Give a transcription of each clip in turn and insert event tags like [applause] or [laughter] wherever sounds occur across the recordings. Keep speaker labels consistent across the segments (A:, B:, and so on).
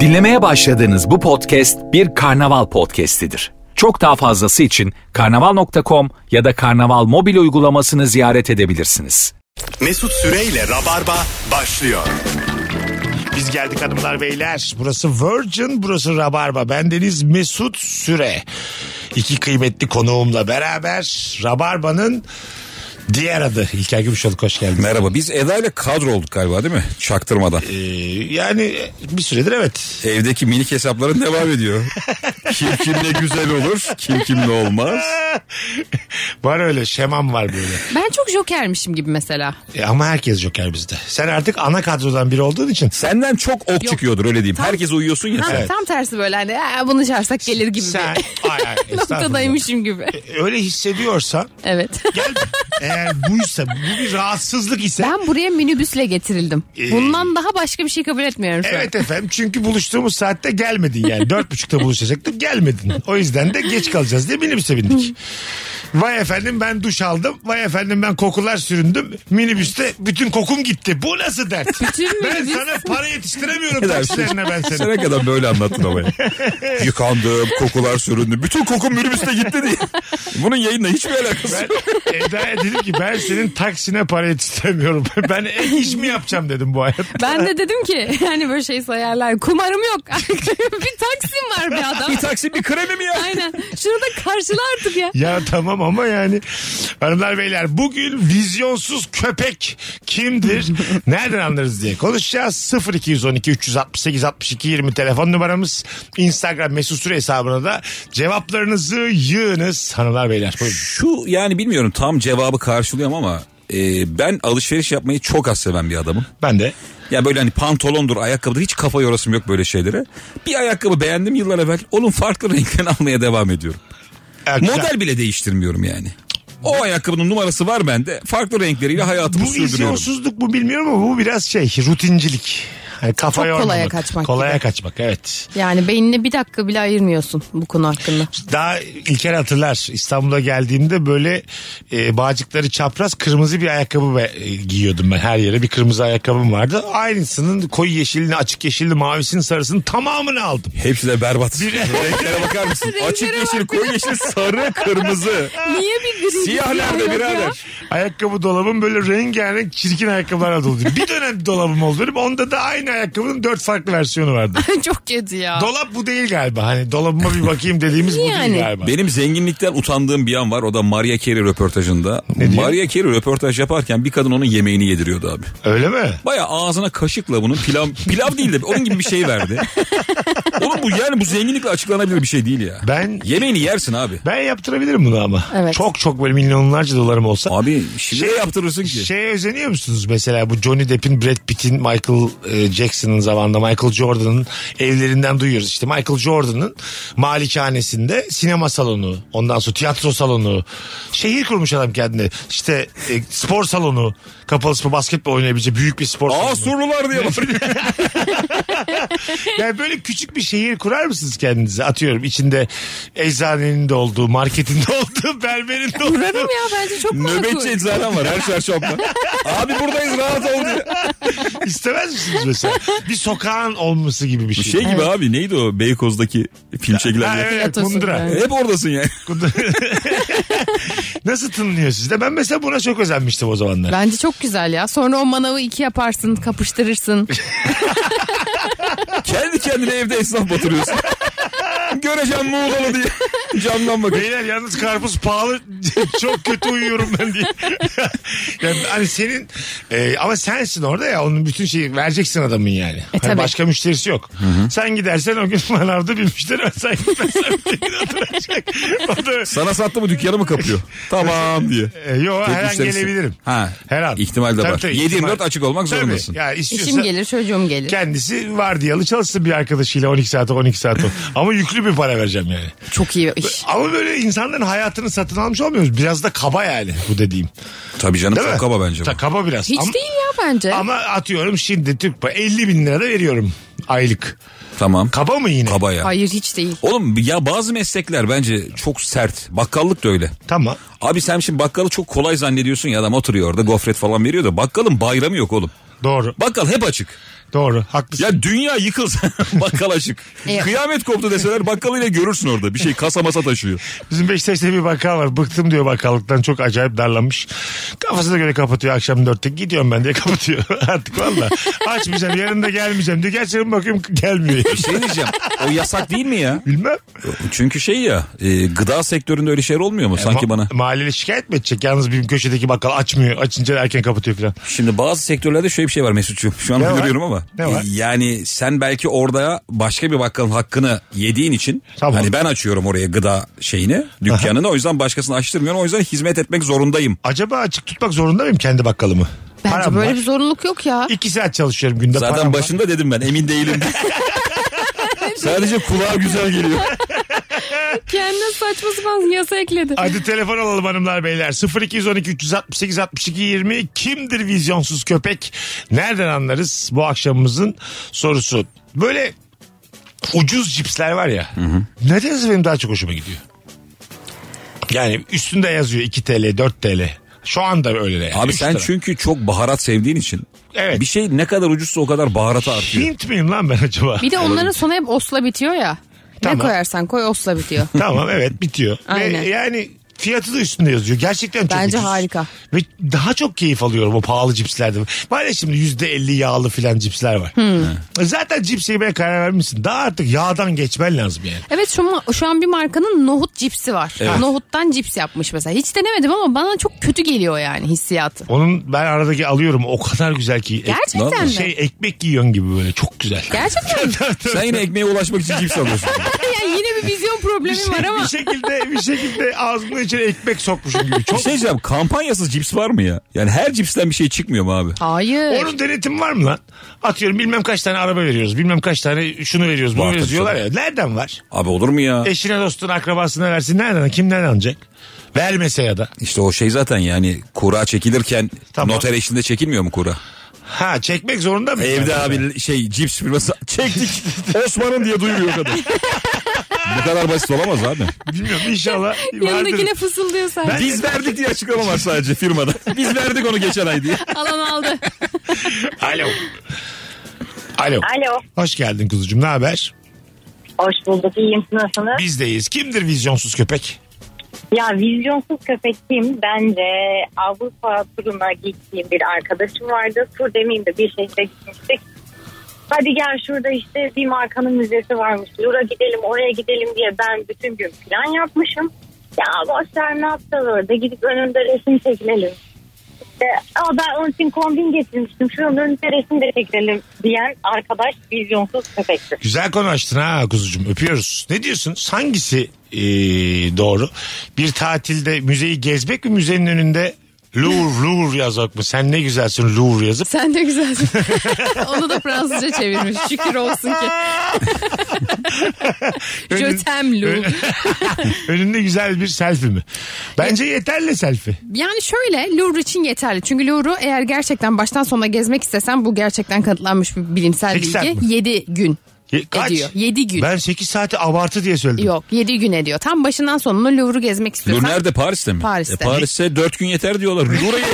A: Dinlemeye başladığınız bu podcast bir karnaval podcastidir. Çok daha fazlası için karnaval.com ya da karnaval mobil uygulamasını ziyaret edebilirsiniz.
B: Mesut Süreyle Rabarba başlıyor.
C: Biz geldik hanımlar beyler. Burası Virgin, burası Rabarba. Ben Deniz Mesut Süre. İki kıymetli konuğumla beraber Rabarba'nın diğer adı İlker Gümüşoluk hoş geldin.
D: Merhaba biz Eda ile kadro olduk galiba değil mi? Çaktırmadan.
C: Ee, yani e, bir süredir evet.
D: Evdeki minik hesapların devam ediyor. kim kimle güzel olur, kim kimle olmaz.
C: Var öyle şemam var böyle.
E: Ben çok jokermişim gibi mesela.
C: E, ama herkes joker bizde. Sen artık ana kadrodan biri olduğun için
D: Senden çok ok çıkıyordur öyle diyeyim. Herkes uyuyorsun ya
E: Ha,
D: sen.
E: Tam tersi böyle hani "Aa, bunu şarsak gelir gibi
C: sen [laughs]
E: bir
C: ay, ay, estağfurullah.
E: [laughs]
C: E-
E: noktadaymışım gibi.
C: öyle hissediyorsan
E: Evet.
C: gel eğer buysa bu bir rahatsızlık ise
E: Ben buraya minibüsle getirildim.
C: Ee,
E: Bundan daha başka bir şey kabul etmiyorum şu an.
C: Evet efendim çünkü buluştuğumuz saatte gelmedin yani. Dört buçukta buluşacaktık gelmedin. O yüzden de geç kalacağız diye minibüse bindik. Vay efendim ben duş aldım. Vay efendim ben kokular süründüm. Minibüste bütün kokum gitti. Bu nasıl dert?
E: Bütün
C: ben
E: minibüs-
C: sana para yetiştiremiyorum
D: Ne dersin?
C: taksilerine ben
D: Sen
C: seni.
D: ne kadar böyle anlattın ama. ya. Yıkandım, kokular süründü. Bütün kokum minibüste gitti diye. Bunun yayınla hiçbir alakası
C: Ben
D: yok.
C: Eda'ya dedim ki ben senin taksine para yetiştiremiyorum. [laughs] Ben ek iş mi yapacağım dedim bu hayatta.
E: Ben de dedim ki [laughs] yani böyle şey sayarlar. Kumarım yok. [laughs] bir taksim var bir adam.
D: Bir taksi bir kremi mi ya?
E: Aynen. Şunu da karşıla artık ya.
C: Ya tamam ama yani hanımlar beyler bugün vizyonsuz köpek kimdir? Nereden anlarız diye konuşacağız. 0212 368 62 20 telefon numaramız. Instagram mesut süre hesabına da cevaplarınızı yığınız hanımlar beyler. Buyurun.
D: Şu yani bilmiyorum tam cevabı karşılıyorum ama e, ben alışveriş yapmayı çok az seven bir adamım.
C: Ben de.
D: Ya böyle hani pantolondur, ayakkabıdır hiç kafa yorasım yok böyle şeylere. Bir ayakkabı beğendim yıllar evvel. Onun farklı [laughs] renklerini almaya devam ediyorum.
C: Ha, e, güzel.
D: Model bile değiştirmiyorum yani. O ayakkabının numarası var bende. Farklı renkleriyle hayatımı
C: Bu
D: sürdürüyorum.
C: vizyonsuzluk bu bilmiyorum ama bu biraz şey rutincilik. Hani kafa
E: Çok kolaya
C: yormamak.
E: kaçmak
C: Kolaya
E: gibi.
C: kaçmak evet.
E: Yani beynine bir dakika bile ayırmıyorsun bu konu hakkında.
C: Daha İlker hatırlar İstanbul'a geldiğimde böyle e, bağcıkları çapraz kırmızı bir ayakkabı be- e, giyiyordum ben her yere bir kırmızı ayakkabım vardı. Aynısının koyu yeşilini açık yeşilini mavisini sarısını tamamını aldım.
D: Hepsi de berbat. Renklere bakar mısın?
E: Renklere
D: Açık
E: bak
D: yeşil,
E: ya.
D: koyu yeşil, sarı, kırmızı.
E: Niye bir gri
D: Siyah nerede birader?
C: Ayakkabı dolabım böyle rengarenk çirkin ayakkabılarla doluydu. Bir dönem [laughs] dolabım oldu benim onda da aynı ayakkabının dört farklı versiyonu vardı.
E: Çok kötü ya. [laughs]
C: Dolap bu değil galiba hani dolabıma bir bakayım dediğimiz bu
E: Yani.
C: değil galiba.
D: Benim zenginlikten utandığım bir an var. O da Maria Carey röportajında.
C: diyor?
D: Maria Carey röportaj yaparken bir kadın onun yemeğini yediriyordu abi.
C: Öyle mi?
D: Baya ağzına kaşıkla bunun pilav pilav değil de onun gibi bir şey verdi. Oğlum bu yani bu zenginlikle açıklanabilir bir şey değil ya.
C: Ben-
D: yemeğini yersin abi.
C: Ben yaptırabilirim bunu ama.
E: Evet.
C: Çok çok böyle milyonlarca dolarım olsa.
D: Abi şimdi
C: Şey-
D: yaptırırsın ki.
C: Şeye özeniyor musunuz mesela bu Johnny Depp'in, Brad Pitt'in, Michael e, Jackson'ın zamanında Michael Jordan'ın evlerinden duyuyoruz. İşte Michael Jordan'ın malikanesinde sinema salonu, ondan sonra tiyatro salonu, şehir kurmuş adam kendine. İşte e, spor salonu, kapalı spor basketbol oynayabileceği büyük bir spor salonu.
D: Asurlular diye bakıyor.
C: Yani böyle küçük bir şehir kurar mısınız kendinize? Atıyorum içinde eczanenin de olduğu, marketin de olduğu, [laughs] berberin de olduğu.
E: Kurarım ya bence
D: [laughs]
E: çok
D: Nöbetçi
E: makul.
D: eczanem var her çarşamba. Abi buradayız rahat ol diye.
C: İstemez misiniz mesela? Bir sokağın olması gibi bir şey.
D: Şey gibi abi neydi o Beykoz'daki film
C: Ha,
D: çekilen yer?
C: evet,
E: Tiyatrosu
C: kundura.
E: yani.
D: Hep oradasın yani.
C: Nasıl tınlıyor sizde? Ben mesela buna çok özenmiştim o zamanlar.
E: Bence çok güzel ya. Sonra o manavı iki
C: [laughs]
E: yaparsın, kapıştırırsın.
D: Kendi kendine evde esnaf batırıyorsun. Göreceğim Muğla'lı diye. Camdan bakıyor.
C: Beyler yalnız karpuz pahalı [laughs] çok kötü uyuyorum ben diye. [laughs] yani hani senin e, ama sensin orada ya onun bütün şeyi vereceksin adamın yani. Hani
E: E, tabii.
C: başka müşterisi yok. Sen gidersen o gün manavda bir müşteri var. Sen gitmezsen bir gün oturacak. [laughs] O da
D: Sana sattı mı dükkanı mı kapıyor? Tamam diye.
C: e, yok
D: Tek
C: her an
D: müşterisi.
C: gelebilirim.
D: Ha.
C: Her an.
D: İhtimal de
C: Tabii,
D: var.
C: tabii,
D: 7-24
C: ihtimal.
D: açık olmak
C: Tabii.
D: zorundasın.
C: Ya istiyorsa
E: İşim gelir, çocuğum gelir.
C: kendisi vardiyalı çalışsın bir arkadaşıyla 12 saat 12 saat. ama yüklü bir para vereceğim yani.
E: Çok iyi iş.
C: Ama böyle insanların hayatını satın almış olmuyoruz. Biraz da kaba yani bu dediğim.
D: Tabii canım
C: Değil
D: çok
C: mi?
D: kaba bence bu.
C: Ta, kaba biraz.
E: Hiç
C: ama,
E: değil ya bence.
C: Ama atıyorum şimdi Türk pa- 50 bin lira da veriyorum aylık.
D: Tamam.
C: Kaba mı yine?
D: Kaba ya.
E: Hayır hiç değil.
D: Oğlum ya bazı meslekler bence çok sert. Bakkallık da öyle.
C: Tamam.
D: Abi sen şimdi bakkalı çok kolay zannediyorsun ya adam oturuyor orada gofret falan veriyor da bakkalın bayramı yok oğlum.
C: Doğru.
D: Bakkal hep açık.
C: Doğru. Haklısın.
D: Ya dünya yıkılsa [laughs] bakkal açık.
E: Evet.
D: Kıyamet koptu deseler bakkalıyla görürsün orada. Bir şey kasa masa taşıyor.
C: Bizim Beşiktaş'ta bir bakkal var. Bıktım diyor bakkallıktan. Çok acayip darlanmış. Kafasına göre kapatıyor akşam dörtte. Gidiyorum ben diye kapatıyor. [laughs] Artık valla. Açmayacağım. Yarın da gelmeyeceğim diyor. Gerçekten bakıyorum gelmiyor.
D: [laughs] Bir şey diyeceğim. O yasak değil mi ya?
C: Bilmem.
D: Çünkü şey ya e, gıda sektöründe öyle şeyler olmuyor mu sanki
C: Ma-
D: bana?
C: Mahalleli şikayet mi edecek? Yalnız bir köşedeki bakkal açmıyor. Açınca erken kapatıyor falan.
D: Şimdi bazı sektörlerde şöyle bir şey var Mesut'cuğum. Şu an
C: Ne var?
D: uyduruyorum ama.
C: Ne var?
D: E, Yani sen belki orada başka bir bakkalın hakkını yediğin için.
C: Tamam.
D: Hani ben açıyorum oraya gıda şeyini, dükkanını. o yüzden başkasını açtırmıyorum. O yüzden hizmet etmek zorundayım.
C: Acaba açık tutmak zorunda mıyım kendi bakkalımı?
E: Bence
C: Param
E: böyle
C: var.
E: bir zorunluluk yok ya.
C: İki saat çalışıyorum günde. param
D: Zaten
C: var.
D: başında dedim ben
C: [laughs]
D: emin değilim. Sadece kulağa güzel geliyor.
E: Kendine saçma sapan yasa ekledi.
C: Hadi telefon alalım hanımlar beyler. 0212 368 62 20 kimdir vizyonsuz köpek? Nereden anlarız bu akşamımızın sorusu. Böyle ucuz cipsler var ya. Nedense benim daha çok hoşuma gidiyor. Yani üstünde yazıyor 2 TL 4 TL. Şu anda öyle de yani.
D: Abi
C: Üç
D: sen
C: lira.
D: çünkü çok baharat sevdiğin için.
C: Evet.
D: Bir şey ne kadar ucuzsa o kadar baharatı artıyor.
C: Hint miyim lan ben acaba?
E: Bir de onların sonu hep osla bitiyor ya.
C: Tamam.
E: Ne koyarsan koy osla bitiyor.
C: [laughs] tamam evet bitiyor.
E: Aynen.
C: Ve yani fiyatı da üstünde yazıyor. Gerçekten çok
E: Bence
C: ucuz.
E: harika.
C: Ve daha çok keyif alıyorum o pahalı cipslerden. Var ya şimdi %50 yağlı filan cipsler var.
E: Hmm.
C: E Zaten cips yemeye karar vermişsin. Daha artık yağdan geçmen lazım yani.
E: Evet şu, ma- şu an bir markanın nohut cipsi var. Nohuttan cips yapmış mesela. Hiç denemedim ama bana çok kötü geliyor yani hissiyatı.
C: Onun ben aradaki alıyorum o kadar güzel ki. Ek-
E: Gerçekten mi?
C: şey ekmek yiyorsun gibi böyle çok güzel.
E: Gerçekten mi?
C: [laughs]
D: Sen yine ekmeğe ulaşmak için cips alıyorsun.
E: Ya yine bir vizyon
C: bir,
E: problemi
C: şey-
E: var ama.
C: [laughs] bir şekilde bir şekilde ağzımın içine ekmek sokmuşum
D: [laughs]
C: gibi.
D: bir
C: Çok
D: şey diyeceğim kampanyasız cips var mı ya? Yani her cipsten bir şey çıkmıyor mu abi?
E: Hayır.
C: Onun denetimi var mı lan? Atıyorum bilmem kaç tane araba veriyoruz. Bilmem kaç tane şunu veriyoruz. Bunu
D: Var
C: veriyoruz
D: tabii
C: diyorlar ya. Nereden var?
D: Abi olur mu ya?
C: Eşine dostuna akrabasına versin. Nereden? Kimden alacak? Vermese ya da.
D: İşte o şey zaten yani kura çekilirken
C: Tamam.
D: noter eşliğinde çekilmiyor mu kura?
C: Ha çekmek zorunda mı?
D: Evde abi şey cips firması [laughs] çektik Osman'ın diye duyuruyor kadın. Bu kadar basit olamaz abi.
C: Bilmiyorum
D: [laughs]
C: inşallah. vardır.
E: Yanındakine fısıldıyor sen.
D: Biz verdik diye açıklama var sadece firmada. Biz verdik onu geçen ay diye.
E: Alan aldı.
C: Alo. Alo.
F: Alo.
C: Hoş geldin kuzucuğum. Ne haber?
F: Hoş bulduk. İyiyim. Nasılsınız?
C: Bizdeyiz. Kimdir vizyonsuz köpek?
F: Ya vizyonsuz köpek kim? Bence Avrupa turuna gittiğim bir arkadaşım vardı. Tur demeyeyim de bir şehre gitmiştik. Hadi gel şurada işte bir markanın müzesi varmış. Lura gidelim oraya gidelim diye ben bütün gün plan yapmışım. Ya boşver ne yapacağız orada gidip önünde resim çekilelim. İşte Aa, ben onun için kombin getirmiştim. Şunun önünde resim de çekilelim diyen arkadaş vizyonsuz köpektir.
C: Güzel konu açtın ha kuzucuğum. Öpüyoruz. Ne diyorsun? Hangisi ee, doğru? Bir tatilde müzeyi gezmek mi müzenin önünde Louvre, Louvre yazmak mı? Sen ne güzelsin Louvre yazıp.
E: [laughs] Sen de güzelsin. [laughs] Onu da Fransızca çevirmiş. Şükür olsun
C: [laughs]
E: ki. Jötemlu.
C: Önünde güzel bir selfie mi? Bence yeterli selfie.
E: Yani şöyle Louvre için yeterli. Çünkü Louvre'u eğer gerçekten baştan sona gezmek istesen bu gerçekten kanıtlanmış bir bilimsel
C: Sekiz saat mi?
E: bilgi. 7 gün
C: Ye- Kaç?
E: ediyor. 7 gün.
C: Ben 8 saati abartı diye söyledim. [laughs]
E: Yok 7 gün ediyor. Tam başından sonuna Louvre'u gezmek
D: Lur
E: istiyorsan.
D: nerede Paris'te mi?
E: Paris'te.
D: E, Paris'te 4 gün yeter diyorlar. Lur'a ye-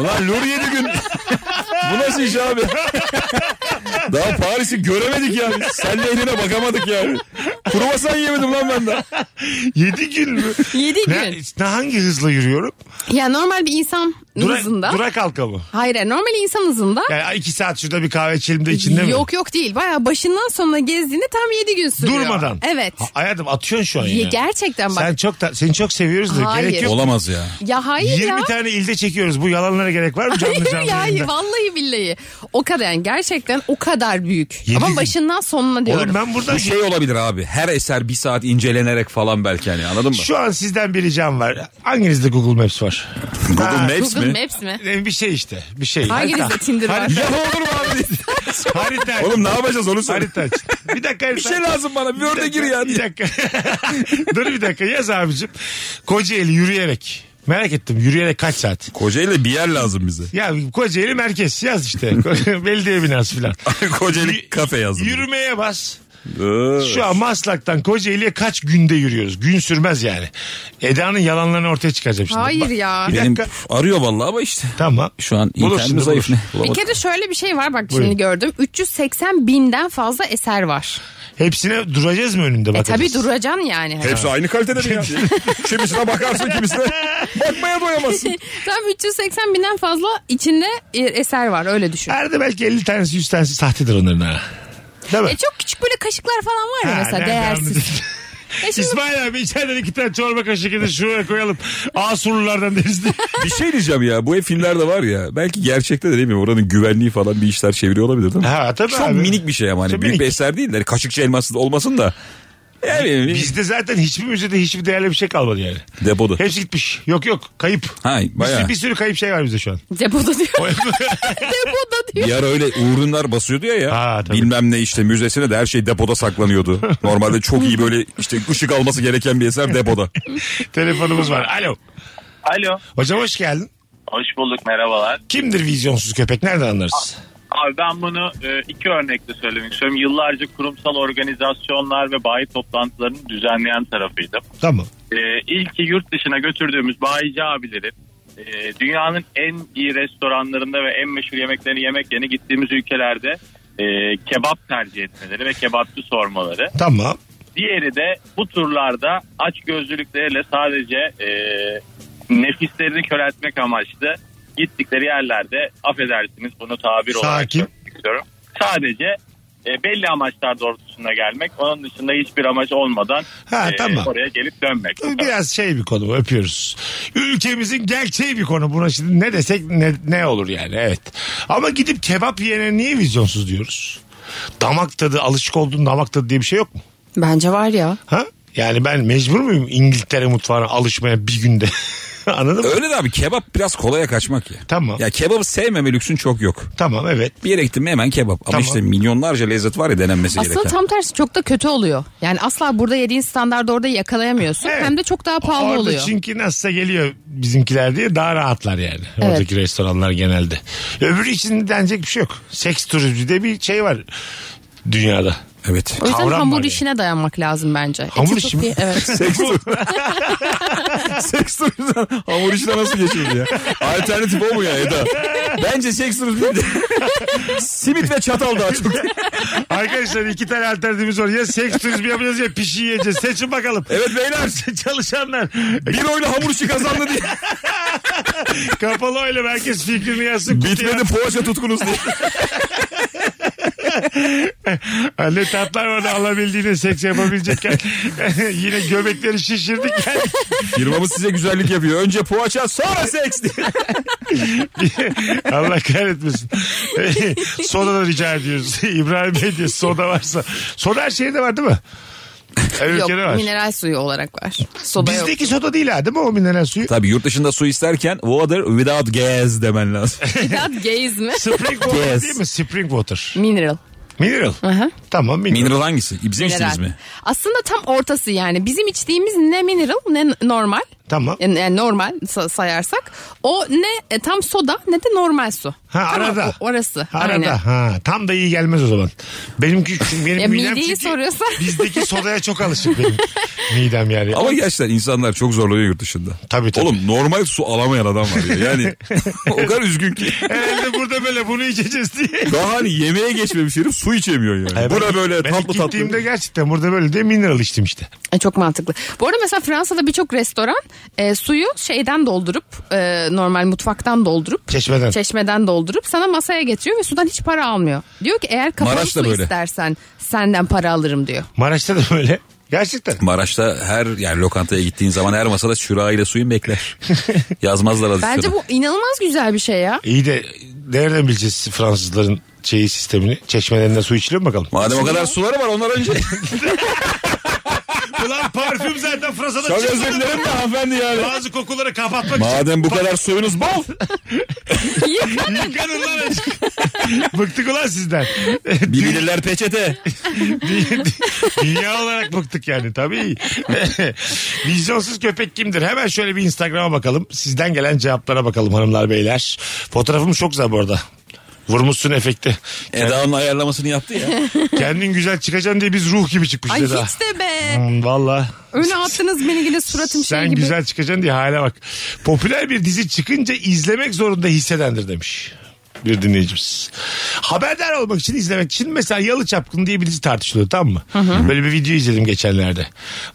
D: Ulan Lur 7 gün. Bu nasıl iş abi? Daha Paris'i göremedik yani. Sen nehline bakamadık yani. Kruvasan yemedim lan ben daha.
C: 7 gün
E: [laughs]
C: mü?
E: 7 gün.
C: ne, ne hangi hızla yürüyorum?
E: Ya normal bir insan
C: Dura,
E: hızında.
C: durak halka mı?
E: Hayır hayır, normal insan hızında.
C: Yani 2 saat şurada bir kahve içelim de içinde mi?
E: yok yok değil. Baya başından sonuna gezdiğinde tam 7 gün sürüyor.
C: Durmadan.
E: Evet.
C: Ha- hayatım atıyorsun şu an
E: Ya
C: ya.
E: gerçekten bak.
C: Sen çok da, seni çok seviyoruz da
E: Hayır.
C: gerek yok.
D: Olamaz ya.
E: Ya hayır
C: 20
E: ya. [laughs]
C: tane ilde çekiyoruz. Bu yalanlara gerek var mı canlı
E: Hayır
C: canlı
E: ya
C: yayında?
E: vallahi billahi. O kadar yani gerçekten o kadar büyük.
C: Yedi
E: Ama
C: gün.
E: başından sonuna diyorum.
C: Oğlum ben buradan
D: Bu şey olabilir abi. Her eser bir saat incelenerek falan belki hani anladın mı?
C: şu an sizden bir ricam var. Hanginizde Google Maps var?
D: Google Maps
E: Google
D: mi?
E: Maps mi?
C: Ee, Bir şey işte. Bir şey.
E: Hanginizde Tinder var? [laughs]
C: Harita,
D: [laughs] Ya olur mu abi?
C: harita.
D: Oğlum ne yapacağız onu söyle.
C: Harita aç. Bir dakika harita.
D: Bir şey lazım bana. Bir
C: Bir
D: Word'e gir
C: dakika,
D: ya.
C: Bir dakika. Dur bir dakika [laughs] yaz abicim. Kocaeli yürüyerek. Merak ettim yürüyerek kaç saat?
D: Kocaeli bir yer
C: [laughs]
D: lazım bize.
C: Ya Kocaeli merkez yaz işte. [laughs] Belediye binası falan.
D: Kocaeli kafe Ee, yazdım.
C: Yürümeye bas. Şu an Maslak'tan Kocaeli'ye kaç günde yürüyoruz? Gün sürmez yani. Eda'nın yalanlarını ortaya çıkaracağım şimdi.
E: Hayır
C: Bak-
E: ya.
C: Bir
D: Benim
C: dakika.
D: arıyor vallahi ama işte.
C: Tamam.
D: Şu an
C: Bulursun,
D: internetim zayıf ne?
C: bulursun.
E: Bir
D: Bulamadım.
E: kere şöyle bir şey var bak
C: Buyurun.
E: şimdi gördüm. 380 binden fazla eser var.
C: Hepsine duracağız mı önünde
E: E
C: bakacağız?
E: tabi duracaksın yani.
D: Hepsi aynı kalitede mi ya? [laughs] kimisine bakarsın kimisine bakmaya
E: [laughs]
D: doyamazsın.
E: Tam 380 binden fazla içinde e, eser var öyle düşün.
C: Herde belki 50 tanesi 100 tanesi sahtedir onların ha. Değil mi?
E: E çok küçük böyle kaşıklar falan var ya
C: Ha,
E: mesela
C: nereden
E: değersiz.
C: bileceksin?
E: E şimdi
C: İsmail abi içeriden iki tane çorba kaşıkını şuraya koyalım. Asurlulardan deriz
D: [laughs]
C: de.
D: bir şey diyeceğim ya bu ev filmlerde var ya belki gerçekte de değil mi oranın güvenliği falan bir işler çeviriyor olabilir değil mi?
C: Ha, tabii
D: Çok
C: abi.
D: minik bir şey ama hani
C: Çok
D: büyük
C: minik.
D: bir eser değil de hani kaşıkçı elması olmasın da. Yani
C: Bizde zaten hiçbir müzede hiçbir değerli bir şey kalmadı yani.
D: depoda.
C: Hepsi gitmiş. Yok yok kayıp.
D: Ha,
C: Bir,
D: bayağı.
C: sürü, bir sürü kayıp şey var bizde
D: [laughs]
C: şu an.
E: depoda diyor. depoda diyor.
D: Bir ara öyle uğrunlar basıyordu ya ya.
C: Ha, tabii.
D: bilmem ne işte müzesine de her şey
C: [laughs]
D: depoda saklanıyordu. Normalde çok iyi böyle işte ışık alması gereken bir eser depoda.
C: Telefonumuz var. Alo.
G: Alo.
C: Hocam hoş geldin.
G: Hoş bulduk merhabalar.
C: Kimdir vizyonsuz köpek? Nereden anlarız?
G: Abi ben bunu e, iki örnekle söylemek istiyorum. Yıllarca kurumsal organizasyonlar ve bayi toplantılarını düzenleyen tarafıydım.
C: Tamam.
G: E, ilki yurt dışına götürdüğümüz bayici abilerin e, dünyanın en iyi restoranlarında ve en meşhur yemeklerini yemek yerine gittiğimiz ülkelerde e, kebap tercih etmeleri ve kebapçı sormaları.
C: Tamam.
G: Diğeri de bu turlarda aç gözlülükleriyle sadece e, nefislerini köreltmek amaçlı gittikleri yerlerde affedersiniz bunu tabir olarak
C: Sakin.
G: istiyorum. Sadece e, belli amaçlar doğrultusunda gelmek. Onun dışında hiçbir amaç olmadan
C: Ha,
G: e,
C: tamam.
G: oraya gelip dönmek.
C: Biraz şey bir konu öpüyoruz. Ülkemizin gerçeği bir konu. Buna şimdi ne desek ne, ne olur yani evet. Ama gidip kebap yiyene niye vizyonsuz diyoruz? Damak tadı alışık olduğun damak tadı diye bir şey yok mu?
E: Bence var ya.
C: Ha? Yani ben mecbur muyum İngiltere mutfağına alışmaya bir günde? [laughs] Anladın mı?
D: Öyle de abi kebap biraz kolaya kaçmak ya.
C: Tamam.
D: Ya kebabı sevmeme lüksün çok yok.
C: Tamam evet.
D: Bir yere gittin mi hemen kebap. Ama
C: Tamam.
D: işte milyonlarca lezzet var ya denenmesi
E: Aslında
D: gereken.
E: tam tersi çok da kötü oluyor. Yani asla burada yediğin standardı orada yakalayamıyorsun.
C: Evet.
E: Hem de çok daha pahalı
C: Orada
E: oluyor.
C: çünkü nasılsa geliyor bizimkiler diye daha rahatlar yani.
E: Evet.
C: Oradaki restoranlar genelde. Öbürü için denecek bir şey yok. Seks turizmi de bir şey var dünyada.
D: [laughs] Evet.
E: O yüzden
C: kavram var
E: hamur
C: yani.
E: işine dayanmak lazım bence.
C: Hamur
E: Eti
C: işi mi?
E: Sofi-
C: [laughs]
E: Evet.
D: Seks seks turizmden hamur işine nasıl geçildi ya? Alternatif o mu ya Eda? Bence seks turizmi [laughs] simit ve çatal daha çok.
C: Arkadaşlar iki tane alternatifimiz var. Ya seks turizmi yapacağız ya pişi yiyeceğiz. Seçin bakalım. [laughs]
D: Evet beyler
C: Çalışanlar
D: bir oyla hamur işi kazandı diye.
C: kapalı oyla herkes fikrini yazsın. kutuya.
D: Bitmedi poğaça tutkunuz diye.
C: Ha, Ne tatlar vardı alabildiğine seks yapabilecekken. [laughs] Yine göbekleri şişirdik. Yani
D: Firmamız size güzellik yapıyor. Önce poğaça sonra seks diye.
C: [laughs] Allah
E: [laughs]
C: kahretmesin. soda da rica ediyoruz. [laughs] İbrahim Bey diye soda varsa. Soda her şeyde var değil mi? Her
E: Yok
C: ülkede var.
E: mineral suyu olarak var. Soda yok.
C: Bizdeki soda değil ha değil mi o mineral
E: [laughs]
C: suyu?
D: Tabii yurt dışında su isterken water without gas demen lazım.
E: Bidat gaze mi?
C: Spring water
D: Yes.
C: değil mi? Spring water. [laughs]
E: Mineral.
C: Mineral.
E: Aha.
C: Tamam mineral.
D: [laughs] Mineral hangisi? Bizim içtiniz
E: Mineral.
D: mi?
E: Aslında tam ortası yani. Bizim içtiğimiz ne mineral ne normal.
C: Tamam.
E: Yani, yani normal sa- sayarsak. O ne e, tam soda ne de normal su.
C: Ha
E: Tam
C: arada.
E: o- orası.
C: Arada
E: Aynen.
C: ha tam da iyi gelmez o zaman. Benimki benim
E: Ya
C: midem
E: mideyi
C: çünkü
E: soruyorsa.
C: [laughs] bizdeki sodaya çok alışık benim midem yani.
D: Ama gerçekten insanlar çok zorluyor yurt dışında.
C: Tabii, tabii.
D: Oğlum normal su alamayan adam var ya. Yani [laughs] o kadar üzgün ki.
C: Herhalde burada böyle bunu içeceğiz diye.
D: Daha hani yemeğe geçmemiş herif su içemiyor yani.
C: Ay,
D: Bu
C: ben-
D: ne böyle
C: ben
D: tatlı
C: ilk
D: tatlı.
C: gittiğimde gerçekten burada böyle diye mineral içtim işte.
E: E, çok mantıklı. Bu arada mesela Fransa'da birçok restoran e, suyu şeyden doldurup e, normal mutfaktan doldurup
C: Çeşmeden.
E: çeşmeden doldurup sana masaya getiriyor ve sudan hiç para almıyor. Diyor ki eğer kapalı
D: Maraş da
E: su
D: böyle.
E: istersen senden para alırım diyor.
C: Maraş'ta da böyle. Gerçekten.
D: Maraş'ta her yani lokantaya gittiğin zaman her masada şurayla suyun [laughs] bekler. Yazmazlar adı
E: Bence bu inanılmaz güzel bir şey ya.
C: İyi de nereden bileceğiz Fransızların şeyi sistemini? Çeşmelerinden su içiliyor mu bakalım?
D: Madem o kadar suları var onlar önce.
C: Ulan parfüm zaten Fransa'da
D: Çok
C: çıkmadı.
D: özür dilerim de hanımefendi yani.
C: Bazı kokuları kapatmak
D: Madem bu kadar suyunuz bol.
C: için yıkanın lan azıcık. [laughs] Bıktık ulan sizden.
D: Bilirler
C: [laughs]
D: peçete.
C: Dünya olarak bıktık yani tabii. [laughs] Vizyonsuz köpek kimdir? Hemen şöyle bir Instagram'a bakalım. Sizden gelen cevaplara bakalım hanımlar beyler. Fotoğrafım çok güzel bu arada. Vurmuşsun efekte.
D: Eda'nın ayarlamasını yaptı ya.
C: Kendin güzel çıkacaksın diye biz ruh gibi çıkmışız
E: Ay
C: Eda.
E: hiç de be.
C: Hmm, Valla.
E: Öyle attınız beni yine suratım şey
C: Sen
E: gibi.
C: güzel çıkacaksın diye hala bak. Popüler bir dizi çıkınca izlemek zorunda hissedendir demiş bir dinleyicimiz. Haberdar olmak için izlemek için mesela Yalı Çapkın diye bir dizi tartışılıyor tamam mı? Böyle bir video izledim geçenlerde.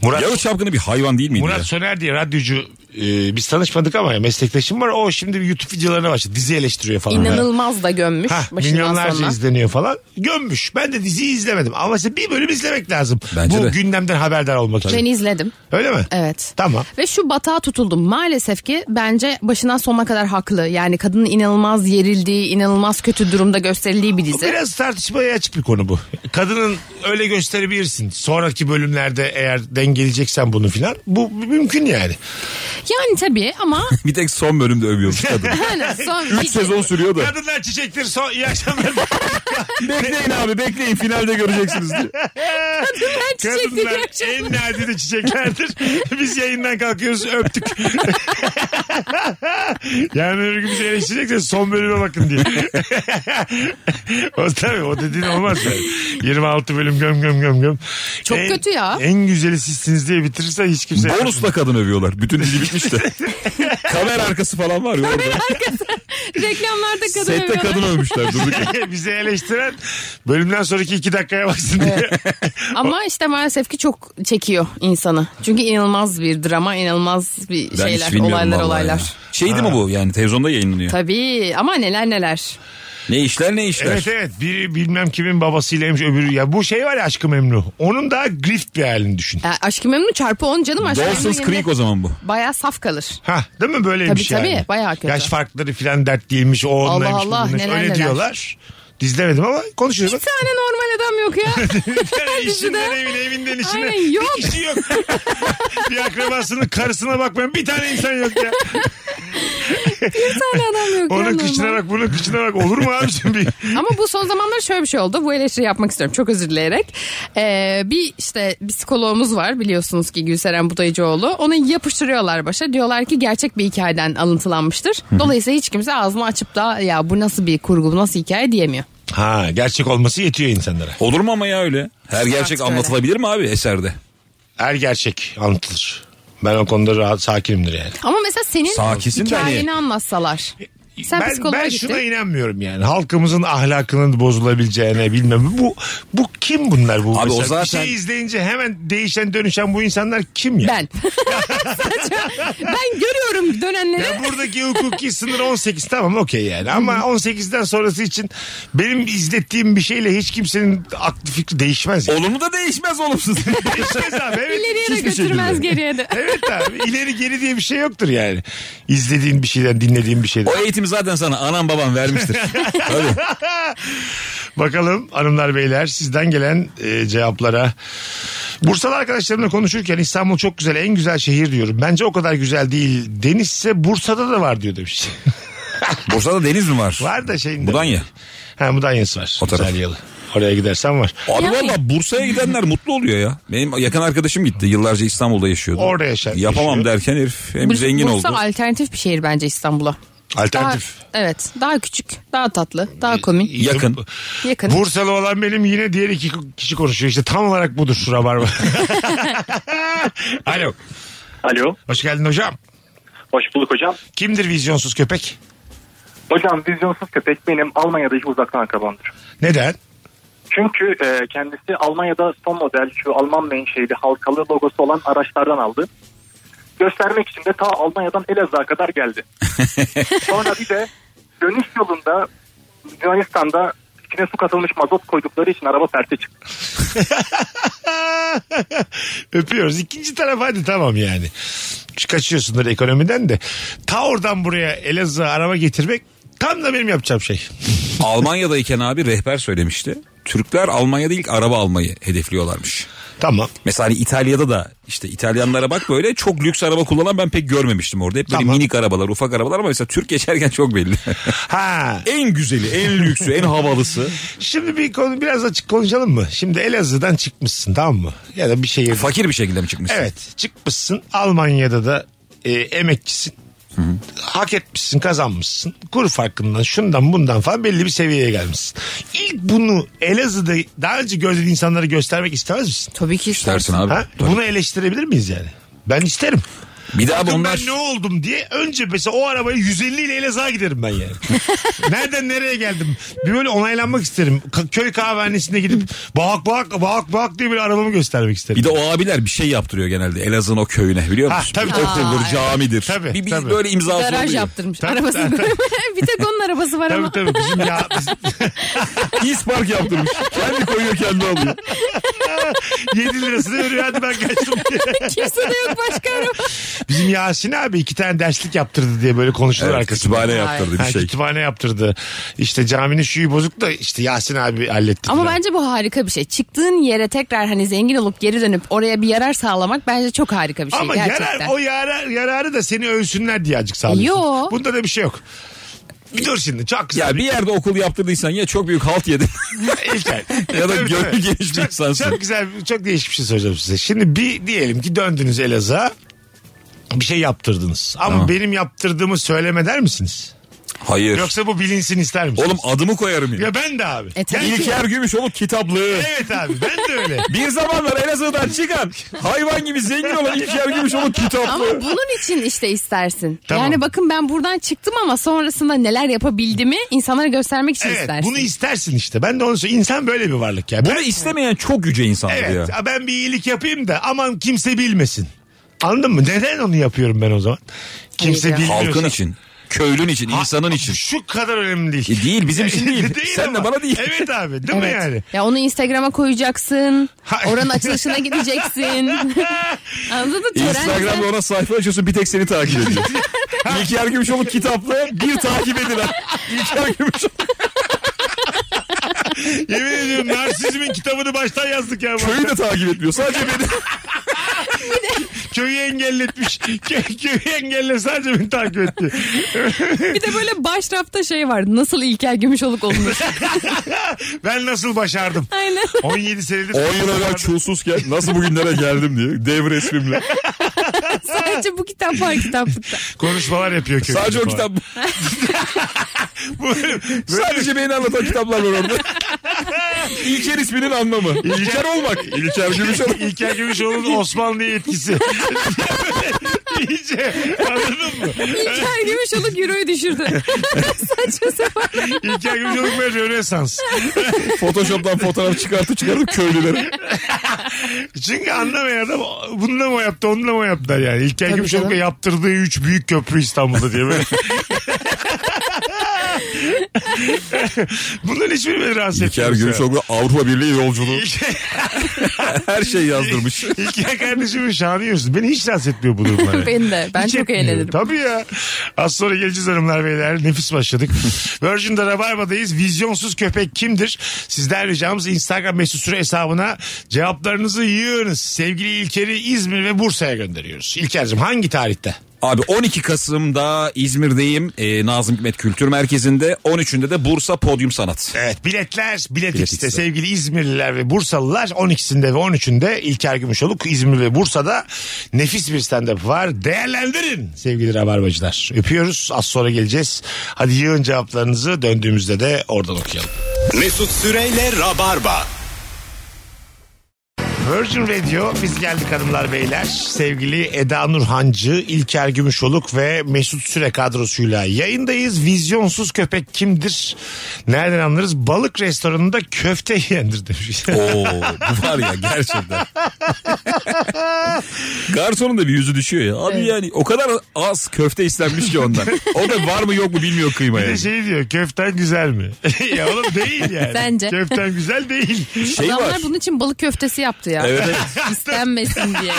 C: Murat
D: Yavuz Çapkını bir hayvan değil miydi ya?
C: Murat Söner diye radyocu e, biz tanışmadık ama meslektaşım var. O şimdi bir YouTube videolarına başladı. Dizi eleştiriyor falan.
E: İnanılmaz da gömmüş
C: Ha,
E: başından
C: milyonlarca
E: sonra.
C: izleniyor falan. Gömmüş. Ben de diziyi izlemedim. Ama işte bir bölüm izlemek lazım.
D: Bence
C: Bu
D: de.
C: gündemden haberdar olmak için.
E: Ben izledim.
C: Öyle mi?
E: Evet.
C: Tamam.
E: Ve şu batağa tutuldum. Maalesef ki bence başından sonuna kadar haklı. Yani kadının inanılmaz yerildiği, inanılmaz kötü durumda gösterildiği bir dizi.
C: Biraz tartışmaya açık bir konu bu. Kadının öyle gösterebilirsin. Sonraki bölümlerde eğer dengeleyeceksen bunu filan. Bu mümkün yani.
E: Yani tabii ama
D: Bir tek son bölümde övüyormuş kadın.
C: [laughs]
D: [laughs]
E: yani son
D: 3 sezon sürüyordu.
C: Kadınlar çiçektir. Son, iyi
E: [laughs]
C: akşamlar.
D: bekleyin abi bekleyin finalde göreceksiniz diye.
E: Ben çiçekli
C: Kadınlar
E: gerçekten.
C: en nadide çiçeklerdir. Biz yayından kalkıyoruz öptük. [laughs] yani öbür gün bizi eleştirecekseniz son bölüme bakın diye. [laughs] o tabii o dediğin olmaz. yani. 26 bölüm göm göm göm göm.
E: Çok
C: En-
E: kötü ya.
C: En güzeli sizsiniz diye bitirirsen hiç kimse...
D: Bonusla kadın övüyorlar. Bütün dizi bitmiş
C: [laughs]
D: de. Kamera arkası falan var ya orada.
E: Reklamlarda kadın
D: Sette
E: övüyorlar.
D: kadın övmüşler durduk.
C: [laughs]
D: yere.
C: Bizi eleştiren bölümden sonraki iki dakikaya baksın diye.
E: Ama işte maalesef ki çok çekiyor insanı. Çünkü inanılmaz bir drama, inanılmaz bir
D: Ben hiç
E: [laughs] şeyler,
D: bilmiyorum
E: olaylar
D: vallahi
E: olaylar.
D: ya. Şeydi mi bu yani televizyonda yayınlanıyor.
E: Tabii ama neler neler.
D: Ne işler ne işler.
C: Evet evet biri bilmem kimin babasıylaymış öbürü ya bu şey var ya aşkı memnu onun daha grift bir halini düşün.
E: Ya, aşkı memnun çarpı 10 canım aşkı
D: Dawson's
E: memnun
D: Creek o zaman bu.
E: Baya saf kalır.
C: Ha değil mi böyleymiş
E: Tabii, tabii.
C: yani.
E: Bayağı kötü.
C: Yaş farkları filan dert değilmiş o
E: Allah
C: onlaymış.
E: Allah,
C: bununlaymış.
E: neler
C: Öyle
E: neler.
C: diyorlar. Dizlemedim ama
E: Bir
C: konuşuyoruz.
E: tane normal adam yok ya.
D: [laughs]
C: işinden
E: dizide.
C: evine evinden işine.
E: Aynen, yok.
C: Bir kişi yok. [laughs] bir akrabasının karısına bakmayan bir tane insan yok ya.
E: Bir tane adam yok ya
C: Onun
E: normal.
C: kıçına bak bunun kıçına bak olur mu abicim
E: [laughs]
C: bir.
E: Ama bu son zamanlarda şöyle bir şey oldu. Bu eleştiri yapmak istiyorum çok özür dileyerek. Ee, bir işte psikoloğumuz var biliyorsunuz ki Gülseren Budayıcıoğlu. Onu yapıştırıyorlar başa. Diyorlar ki gerçek bir hikayeden alıntılanmıştır. Dolayısıyla hiç kimse ağzını açıp da ya bu nasıl bir kurgu bu nasıl hikaye diyemiyor.
C: Ha gerçek olması yetiyor insanlara.
D: Olur mu ama ya öyle? Her gerçek
E: öyle.
D: anlatılabilir mi abi eserde?
C: Her Er gerçek anlatılır. Ben o konuda rahat sakinimdir yani.
E: Ama mesela senin
D: Sakisin de
E: hikayeni
D: hani-
E: anlatsalar. Sen
C: ben,
E: psikoloğa
C: ben
E: gittin.
C: şuna inanmıyorum yani. Halkımızın ahlakının bozulabileceğine bilmem. Bu bu kim bunlar bu?
D: Abi
C: mesela?
D: o zaten-
C: Bir şey izleyince hemen değişen dönüşen bu insanlar kim ya?
E: Ben. [laughs] ben görüyorum dönenleri.
C: Ya buradaki hukuki sınır 18 tamam okey yani ama 18'den sonrası için benim izlettiğim bir şeyle hiç kimsenin aklı fikri değişmez. Yani.
D: Olumlu da değişmez
E: [laughs]
D: olumsuz.
C: Değişmez abi evet.
E: İleriye de
D: şey
C: Hiçbir şekilde.
E: götürmez geriye de.
C: Evet abi ileri geri diye bir şey yoktur yani. İzlediğin bir şeyden dinlediğin bir şeyden.
D: o eğitimi zaten sana anam babam vermiştir. Tabii.
C: Bakalım hanımlar beyler sizden gelen e, cevaplara. Bursalı arkadaşlarımla konuşurken İstanbul çok güzel en güzel şehir diyorum. Bence o kadar güzel değil. Deniz ise Bursa'da da var diyor demiş. [laughs]
D: Bursa'da deniz mi var?
C: var da şeyin de-
D: Mudanya.
C: Ha Mudanya'sı var.
D: O taraf.
C: Güzel yalı. Oraya gidersen var.
D: Abi
E: Yani-
D: valla Bursa'ya gidenler mutlu oluyor ya. Benim yakın arkadaşım gitti. Yıllarca İstanbul'da yaşıyordu.
C: Orada yaşa-
D: Yapamam
C: yaşıyor.
D: derken herif hem zengin
E: Bursa
D: oldu.
E: alternatif bir şehir bence İstanbul'a.
C: Alternatif.
E: Daha- evet. Daha küçük, daha tatlı, daha komik,
D: Yakın.
E: yakın.
C: Bursalı olan benim yine diğer iki kişi konuşuyor. İşte tam olarak budur şu rabarba. [laughs] Alo.
G: Alo.
C: Hoş geldin hocam.
G: Hoş bulduk hocam.
C: Kimdir vizyonsuz köpek?
G: Hocam vizyonsuz köpek benim Almanya'daki uzaktan akrabamdır.
C: Neden?
G: Çünkü e, kendisi Almanya'da son model şu Alman menşeli halkalı logosu olan araçlardan aldı. Göstermek için de ta Almanya'dan Elazığ'a kadar [laughs] geldi. Sonra bir de dönüş yolunda Yunanistan'da içine su katılmış mazot koydukları için araba perte çıktı.
C: [laughs] Öpüyoruz. İkinci taraf hadi tamam yani. Şu Kaçıyorsundur ekonomiden de. Ta oradan buraya Elazığ'a araba getirmek tam da benim yapacağım şey.
D: Almanya'dayken abi rehber söylemişti. Türkler Almanya'da ilk araba almayı hedefliyorlarmış.
C: Tamam.
D: Mesela hani İtalya'da da işte İtalyanlara bak böyle çok lüks araba kullanan ben pek görmemiştim orada. Hep böyle
C: Tamam.
D: minik arabalar, ufak arabalar ama mesela Türk geçerken
C: [laughs]
D: çok belli.
C: Ha.
D: en güzeli, en lüksü, en havalısı.
C: Şimdi bir konu biraz açık konuşalım mı? Şimdi Elazığ'dan çıkmışsın tamam mı? Ya da bir şey şehir.
D: Fakir bir şekilde mi çıkmış?
C: Evet çıkmışsın Almanya'da da e, emekçisin. hak etmişsin kazanmışsın. Kur farkından şundan bundan falan belli bir seviyeye gelmişsin. İlk bunu Elazığ'da daha önce gördüğün insanlara göstermek istemez misin?
E: Tabii ki
D: Dersin
E: istersin.
D: abi.
C: Ha? Bunu eleştirebilir miyiz yani? Ben isterim.
D: Bir daha
C: Bakın
D: bunlar
C: ben ne oldum diye önce mesela o arabayı 150 ile Elazığ'a giderim ben
D: [laughs]
C: yani. Nereden nereye geldim? Bir böyle onaylanmak isterim. Ka- köy kahvehanesine gidip bak bak bak bak diye böyle arabamı göstermek isterim.
D: bir de o abiler bir şey yaptırıyor genelde Elazığ'ın o köyüne biliyor
C: Ha,
D: musun?
C: tabii, tabii.
D: Okuldur, camidir.
C: Tabii,
D: bir, bir
C: tabii.
D: böyle imzası
E: Garaj
D: oluyor.
E: yaptırmış.
C: Tabii,
E: arabası. [laughs] bir tek onun arabası var
C: Tabii
E: ama.
C: tabii bizim ya bizim
D: İspark yaptırmış.
E: [laughs]
D: kendi koyuyor kendi alıyor.
C: 7 lirasını veriyor hadi ben kaçtım diye.
D: [laughs]
E: Kimse de yok başka
C: [laughs]
E: araba.
C: Bizim Yasin abi iki tane derslik yaptırdı diye böyle konuşulur
D: Evet,
C: arkasında.
D: kütüphane yaptırdı bir
C: Ha,
D: şey.
C: Kütüphane yaptırdı. İşte caminin şuyu bozuk da işte Yasin abi halletti.
E: Ama
C: falan.
E: bence bu harika bir şey. Çıktığın yere tekrar hani zengin olup geri dönüp oraya bir yarar sağlamak bence çok harika bir şey
C: Ama
E: gerçekten.
C: yarar, o yarar, yararı da seni övsünler diye acık sağlıyorsun.
E: Yo.
C: Bunda da bir şey yok. Bir dur şimdi çok güzel.
D: Ya bir yerde okul yaptırdıysan ya çok büyük halt yedin.
C: [laughs] İlker.
D: [laughs] Ya da
C: Tabii,
D: gönlü
C: tabii.
D: geniş bir
C: Çok-
D: insansın.
C: Çok güzel, çok değişik bir şey soracağım size. Şimdi bir diyelim ki döndünüz Elazığ'a bir şey yaptırdınız. Ama
D: Tamam.
C: benim yaptırdığımı söyleme der misiniz?
D: Hayır.
C: Yoksa bu bilinsin ister misiniz?
D: Oğlum adımı koyarım ya.
C: Ya şey- ben de abi.
E: E, tabii
C: Yani-
E: ki.
D: İlker
C: [laughs]
D: Gümüşoluk kitaplığı.
C: Evet abi ben de
E: [laughs]
C: öyle.
D: Bir zamanlar Elazığ'dan çıkan hayvan gibi zengin olan İlker Gümüşoluk
E: Ama
D: kitaplığı.
E: bunun için işte istersin.
C: Tamam.
E: Yani bakın ben buradan çıktım ama sonrasında neler yapabildiğimi insanlara göstermek için
C: Evet
E: istersin.
C: bunu istersin işte. Ben de onu söylüyorum. İnsan böyle bir varlık ya. Ben-
D: Bunu istemeyen çok yüce insandır
C: Evet
D: ya.
C: ben bir iyilik yapayım da aman kimse bilmesin. Anladın mı? Neden onu yapıyorum ben o zaman? Kimse
E: ya.
C: bilmiyorsa.
D: Halkın için, köylün için, insanın için.
C: Şu kadar önemli [laughs] değil.
D: E değil, bizim için değil. Sen de bana değil.
C: Evet abi değil mi
E: Evet.
C: yani?
E: Ya onu Instagram'a koyacaksın.
C: Ha-
E: Oranın
C: [laughs]
E: açılışına gideceksin. Anladın mı?
D: Instagram'da
E: Tören-
D: ona sayfa açıyorsun bir tek seni takip ediyor. İlker Gümüşoluk kitaplığı bir takip edilen. İlker Gümüşoluk
C: Yemin ediyorum narsizmin kitabını baştan yazdık ya.
D: köyü de takip etmiyor. Sadece [laughs] beni.
C: Köyü
D: [laughs]
C: engelletmiş. Kö- Köyü engelle sadece beni takip etti.
E: Bir de böyle başrafta şey var. Nasıl İlker
C: [laughs]
E: Gümüşoluk olmuş.
C: ben nasıl başardım?
E: Aynen.
C: 17 senedir.
D: 10 yıl evvel çulsuzken nasıl bugünlere geldim diye dev resmimle.
E: Sadece bu kitap var kitaplıkta.
C: Konuşmalar yapıyor köyde.
D: Sadece
C: falan.
D: o kitap.
C: Böyle-
D: Sadece beni anlatan kitaplar var orada. İlker isminin anlamı. İlker olmak. İlker Gümüşoluk.
C: İlker Gümüşoğlu'nun Osmanlı'ya etkisi. [laughs] İyice anladın mı?
E: İlker Gümüşoluk
C: [laughs]
E: euroyu düşürdü. Saçma sapan.
C: İlker Gümüşoğlu böyle Rönesans.
D: Photoshop'tan fotoğraf çıkartıp çıkartıp köylülere.
C: Çünkü anlamayan adam bununla mı o yaptı onunla mı o yaptılar yani. İlker Gümüşoğlu'na yaptırdığı üç büyük köprü İstanbul'da diye böyle. Bunların hiçbiri beni rahatsız etmiyor.
D: İlker Gümüşoluk Avrupa Birliği yolculuğu.
C: İlker-
D: Her şey [laughs] yazdırmış.
C: İlker kardeşimin şahını yiyorsun. Beni hiç rahatsız etmiyor bu durumlar.
E: [laughs] Beni de. Ben
C: Hiç
E: çok
C: etmiyor.
E: eğlenirim.
C: Tabii ya. Az sonra geleceğiz hanımlar beyler. Nefis başladık. Virgin'de Rabarba'dayız. Vizyonsuz köpek kimdir? Sizden ricamız Instagram mesut süre hesabına cevaplarınızı yığınız. Sevgili İlker'i İzmir ve Bursa'ya gönderiyoruz. İlker'cim hangi tarihte?
D: Abi 12 Kasım'da İzmir'deyim. Ee, Nazım Hikmet Kültür Merkezi'nde. 13'ünde de Bursa
C: [laughs]
D: Podyum Sanat.
C: Evet biletler bilet,
D: Bilet
C: X'te.
D: X'te.
C: sevgili İzmirliler ve Bursalılar 12'sinde ve 13'ünde İlker Gümüşoluk İzmir ve Bursa'da nefis bir stand-up var. Değerlendirin sevgili Rabarbacılar. Öpüyoruz az sonra geleceğiz. Hadi yığın cevaplarınızı döndüğümüzde de oradan okuyalım.
B: Mesut Süreyle Rabarba.
C: Virgin Radio biz geldik hanımlar beyler. Sevgili Eda Nurhancı, İlker Gümüşoluk ve Mesut Süre kadrosuyla yayındayız. Vizyonsuz köpek kimdir? Nereden anlarız? Balık restoranında köfte yendir demiş. [laughs]
D: Oo bu var ya gerçekten. Garsonun da bir yüzü düşüyor ya. Abi yani o kadar az köfte istenmiş ki ondan. O da var mı yok mu bilmiyor kıyma
C: Bir de
D: yani.
C: şey diyor köften güzel mi? [laughs] ya oğlum değil yani.
E: Bence.
C: Köften güzel
E: [laughs]
C: değil.
D: Şey
E: Adamlar
D: var.
E: bunun için balık köftesi yaptı ya.
D: Evet, evet.
E: [laughs] İstenmesin diye.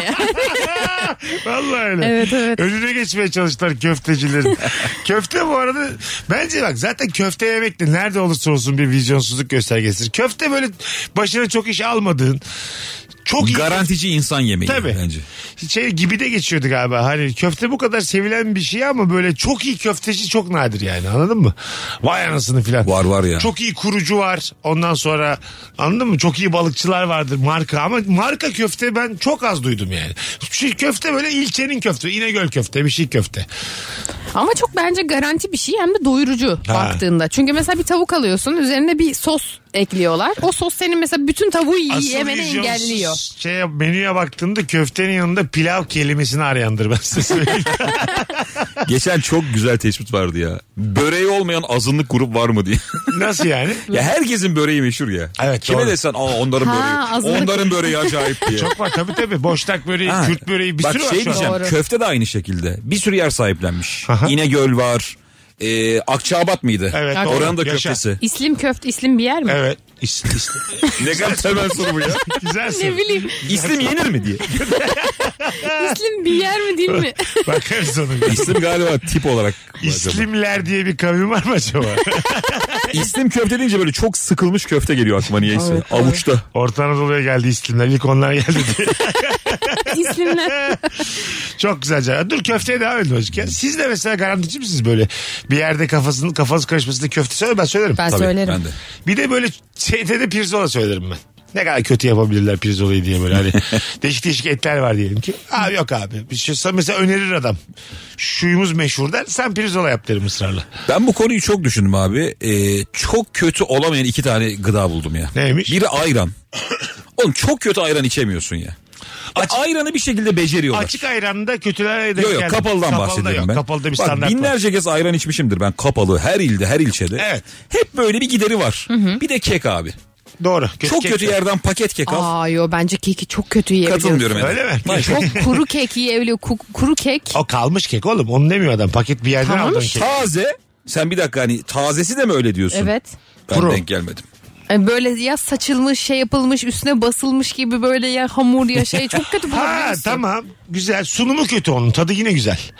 C: [laughs] Vallahi öyle.
E: Evet, evet.
C: Önüne geçmeye çalıştılar
E: [laughs]
C: köftecilerin. köfte bu arada bence bak zaten köfte yemek de nerede olursa olsun bir vizyonsuzluk göstergesidir. Köfte böyle başına çok iş almadığın Çok iyi.
D: Garantici insan yemeği
C: Tabii.
D: bence.
C: Şey gibi de geçiyordu galiba. Hani köfte bu kadar sevilen bir şey ama böyle çok iyi köfteci çok nadir yani anladın mı? Vay anasını filan.
D: Var var ya.
C: Çok iyi kurucu var. Ondan sonra anladın mı? Çok iyi balıkçılar vardır marka ama marka köfte ben çok az duydum yani. Şu köfte böyle ilçenin köfte, İnegöl köfte, bir şey köfte.
E: Ama çok bence garanti bir şey hem de doyurucu baktığında. Çünkü mesela bir tavuk alıyorsun üzerine bir sos ekliyorlar. O sos senin mesela bütün tavuğu yemeni
C: vizyonsuz
E: engelliyor.
C: Şey, menüye baktığımda köftenin yanında pilav kelimesini arayandır ben size
D: [laughs]
C: söyleyeyim.
D: Geçen çok güzel tespit vardı ya. Böreği olmayan azınlık grup var mı diye.
C: Nasıl yani?
D: ya herkesin böreği meşhur ya.
C: Evet,
D: Kime
C: doğru.
D: desen aa onların
E: Ha,
D: böreği.
E: azınlık-
D: Onların böreği
C: [laughs]
D: acayip diye.
C: Çok var tabii tabii. Boşnak böreği,
D: Ha,
C: E, Kürt böreği bir
D: Bak
C: sürü var
D: şey
C: şu an.
D: diyeceğim
E: Doğru.
D: köfte de aynı şekilde. Bir sürü yer sahiplenmiş.
C: Aha.
D: İnegöl var. Ee, Akçaabat mıydı?
C: Evet,
E: doğru.
D: Oranın da
C: Yaşa. [laughs]
D: köftesi.
E: İslim köfte islim bir yer mi?
C: Evet. İşte, [laughs] işte.
D: ne kadar temel soru bu ya.
C: Güzel soru.
E: Ne bileyim
C: [laughs]
D: İslim yenir mi diye.
E: islim bir yer mi
C: [laughs]
E: değil mi?
C: Bakarız onun.
D: İslim galiba tip olarak. var acaba.
C: İslimler diye bir kavim var mı acaba? [laughs]
D: İslim köfte deyince böyle çok sıkılmış köfte geliyor aklıma niyeyse. Avuçta.
C: Orta Anadolu'ya geldi İslimler. İlk onlar geldi diye.
E: İslimler.
C: Çok güzel. cevap. Dur köfteye devam edin hocam. Ya Siz de mesela garantici misiniz böyle? Bir yerde kafasının kafası karışmasında köfte söyle ben söylerim.
E: Ben
D: Tabii,
E: söylerim.
D: Ben de.
C: Bir de böyle şeyde pirzola söylerim ben. Ne kadar kötü yapabilirler pirzolayı diye böyle
D: [laughs]
C: hani değişik değişik etler var diyelim ki. Abi yok abi. Bir şey, mesela önerir adam. Şuyumuz meşhur der. Sen pirzola yap derim ısrarla.
D: Ben bu konuyu çok düşündüm abi. Ee, çok kötü olamayan iki tane gıda buldum ya.
C: Neymiş?
D: Biri ayran. Oğlum çok kötü ayran içemiyorsun ya. Ya ayranı bir şekilde beceriyorlar.
C: Açık ayranda kötülere de
D: Yok yok kapalıdan bahsediyorum ben.
C: Kapalıda bir
D: Bak,
C: standart var.
D: binlerce kez ayran içmişimdir ben kapalı her ilde her ilçede.
C: Evet.
D: Hep böyle bir gideri var. Bir de kek abi.
C: Doğru. Kötü
D: çok
C: kek
D: kötü
C: yok.
D: yerden paket kek al.
E: Aa yo bence keki çok kötü yiyebiliyorsun.
D: Katılmıyorum. yani.
C: Öyle mi?
D: Hayır.
E: Çok [laughs] kuru kek yiyebiliyor. Ku- kuru kek.
C: O kalmış kek oğlum. Onu demiyor adam. Paket bir şey. yerden
E: Tamam
C: aldın
E: işte.
C: kek.
D: Taze. Sen bir dakika hani tazesi de mi öyle diyorsun?
E: Evet.
D: Ben
C: Kuru.
D: denk gelmedim.
E: Yani böyle ya saçılmış şey yapılmış üstüne basılmış gibi böyle ya hamur ya şey çok kötü
C: Ha
E: bulabiliyorsun.
C: tamam güzel sunumu kötü onun tadı yine güzel [laughs]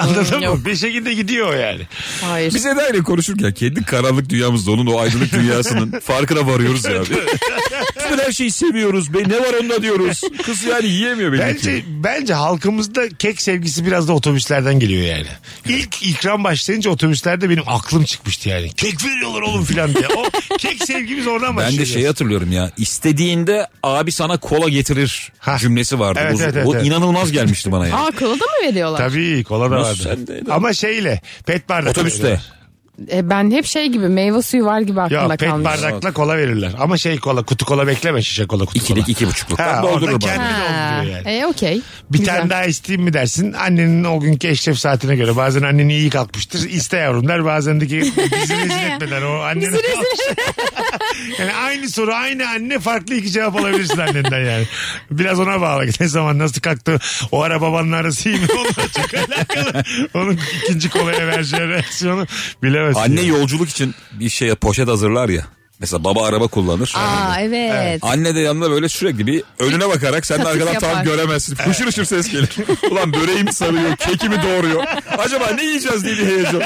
C: anladın mı
E: yok.
C: bir şekilde gidiyor o yani
E: Hayır.
D: Biz Eda ile konuşurken kendi karanlık dünyamızda onun o
C: [laughs]
D: aydınlık dünyasının farkına varıyoruz ya abi. Biz böyle her şeyi seviyoruz. Be, ne var onda diyoruz. Kız yani yiyemiyor belli
C: bence
D: ki.
C: bence halkımızda kek sevgisi biraz da otobüslerden geliyor yani İlk ikram başlayınca otobüslerde benim aklım çıkmıştı yani kek veriyorlar oğlum filan diye o kek sevgimiz oradan
D: Ben
C: başlıyor
D: de şeyi hatırlıyorum ya. İstediğinde abi sana kola getirir
C: Ha.
D: cümlesi vardı.
C: Evet,
D: o,
C: evet, evet,
D: o
C: evet.
D: inanılmaz gelmişti bana
C: [laughs]
D: ya.
E: Aa kola da mı veriyorlar?
C: Tabii kola da
D: Nasıl
C: vardı.
D: sen de-
C: Ama şeyle pet bardak.
D: Otobüste.
C: veriyorlar.
E: E, ben hep şey gibi meyve suyu var gibi
C: Ya
E: aklımda
C: pet
E: kalmış.
C: bardakla kola verirler. Ama şey kola kutu kola bekleme şişe kola kutu
D: İkilik
C: kola.
D: iki buçukluktan
C: Ha,
D: doldurur
C: orada
D: bana.
C: kendi-
E: Ha,
C: dolduruyor yani.
E: E okey.
C: Bir
E: Güzel.
C: tane daha isteyeyim mi dersin? Annenin o günkü eşref saatine göre. Bazen annen iyi kalkmıştır. İste yavrum der. Bazen de ki bizi rezil etmeden o annene kalmış. [laughs] yani aynı soru aynı anne farklı iki cevap alabilirsin annenden yani. Biraz ona bağlı. [laughs] Ne zaman nasıl kalktı? O ara babanla arası iyi mi? Onunla [laughs] çok alakalı. Onun ikinci kolaya vereceği reaksiyonu bilemezsin.
D: Anne
C: yani.
D: yolculuk için bir şeye poşet hazırlar ya. Mesela baba araba kullanır.
E: Aa evet.
D: Anne de yanında böyle sürekli bir önüne bakarak sen de
E: Katık
D: arkadan tam
E: yapar.
D: göremezsin. Hışır hışır ses
C: [laughs]
D: gelir. Ulan böreği mi sarıyor, keki mi doğuruyor? Acaba ne yiyeceğiz diye bir heyecan.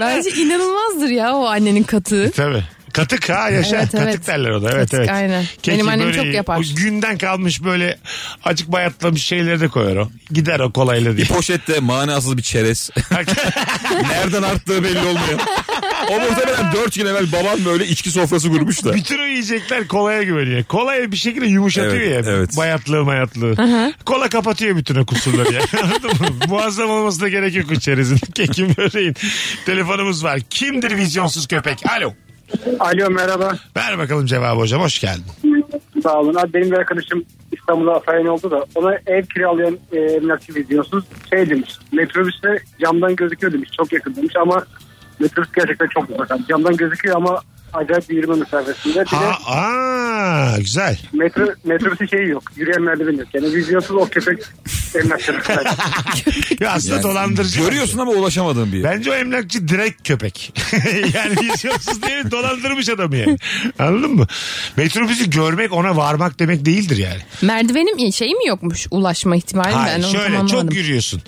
E: Bence inanılmazdır ya o
C: [laughs]
E: annenin katığı.
C: Tabii. Katık ha yaşa.
E: Evet, evet.
C: Katık derler ona. Evet
E: Katık,
C: evet.
E: aynen. Benim annem çok yapar.
C: O günden kalmış böyle acık bayatlamış şeyleri de koyar o. Gider o kolayla
E: [laughs]
C: diye.
D: Bir poşette manasız bir çerez. [laughs] Nereden arttığı belli olmuyor. O muhtemelen 4 gün evvel babam böyle içki sofrası kurmuş da.
C: Bütün o yiyecekler kolaya güveniyor. Kolaya bir şekilde yumuşatıyor
D: Evet,
C: ya.
D: evet.
C: Bayatlığı mayatlığı. Kola kapatıyor bütün o kusurları ya. [laughs] Anladın mı? Muazzam olması da gerek yok içerisinde. [laughs] Kekim böreğin. Telefonumuz var. Kimdir vizyonsuz köpek? Alo.
H: Alo merhaba.
C: Ver bakalım cevabı hocam. Hoş geldin.
H: Sağ olun. Abi benim bir arkadaşım İstanbul'da afayan oldu da ona ev kiralayan e, emlakçı videosuz şey demiş. Metrobüste camdan gözüküyor demiş. Çok yakın demiş ama metrobüs gerçekten çok uzak. abi. Camdan gözüküyor ama acayip bir yürüme mesafesinde. Bir de
C: Ha, aa, güzel.
H: metro, metrobüsün şeyi yok. Yürüyen merdiven yok. Yani vizyonsuz o köpek emlakçının köpek.
C: Ya aslında dolandırıcı.
D: Görüyorsun ama ulaşamadığın bir yer.
C: Bence o emlakçı direkt köpek. [laughs] yani şey vizyonsuz değil dolandırmış adamı yani. Anladın mı? Metrobüsü görmek ona varmak demek değildir yani.
E: Merdivenim şey mi yokmuş ulaşma ihtimali ben
C: Hayır
E: onu
C: şöyle
E: tamamlamadım.
C: çok yürüyorsun.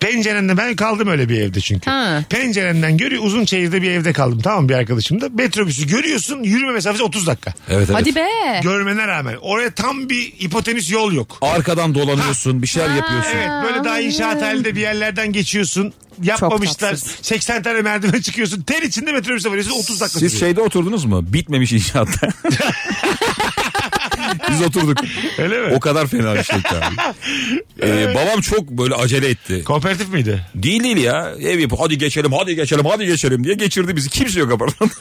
C: Pencerenden ben kaldım öyle bir evde çünkü.
E: Ha.
C: Pencerenden görüyor uzun çeyirde bir evde kaldım tamam mı, bir arkadaşım da. Metrobüsü görüyorsun yürüme mesafesi 30 dakika.
D: Evet evet.
E: Hadi be.
C: Görmene rağmen oraya tam bir hipotenüs yol yok.
D: Arkadan dolanıyorsun bir şeyler yapıyorsun.
C: Evet böyle daha inşaat halinde bir yerlerden geçiyorsun. Yapmamışlar.
E: tatsız.
C: 80 tane merdiven çıkıyorsun. Ter içinde metrobüse varıyorsun 30 dakika
D: Siz şey
C: sürüyor.
D: şeyde oturdunuz mu?
C: [laughs]
D: Bitmemiş inşaatta. Biz oturduk.
C: Öyle mi?
D: O kadar fena bir şey ki abi. Ee, babam çok böyle acele etti.
C: Kooperatif miydi?
D: Değil değil ya. Ev yapıp hadi geçelim hadi geçelim hadi geçelim diye geçirdi bizi. Kimse
C: [laughs]
D: yok apartmanda.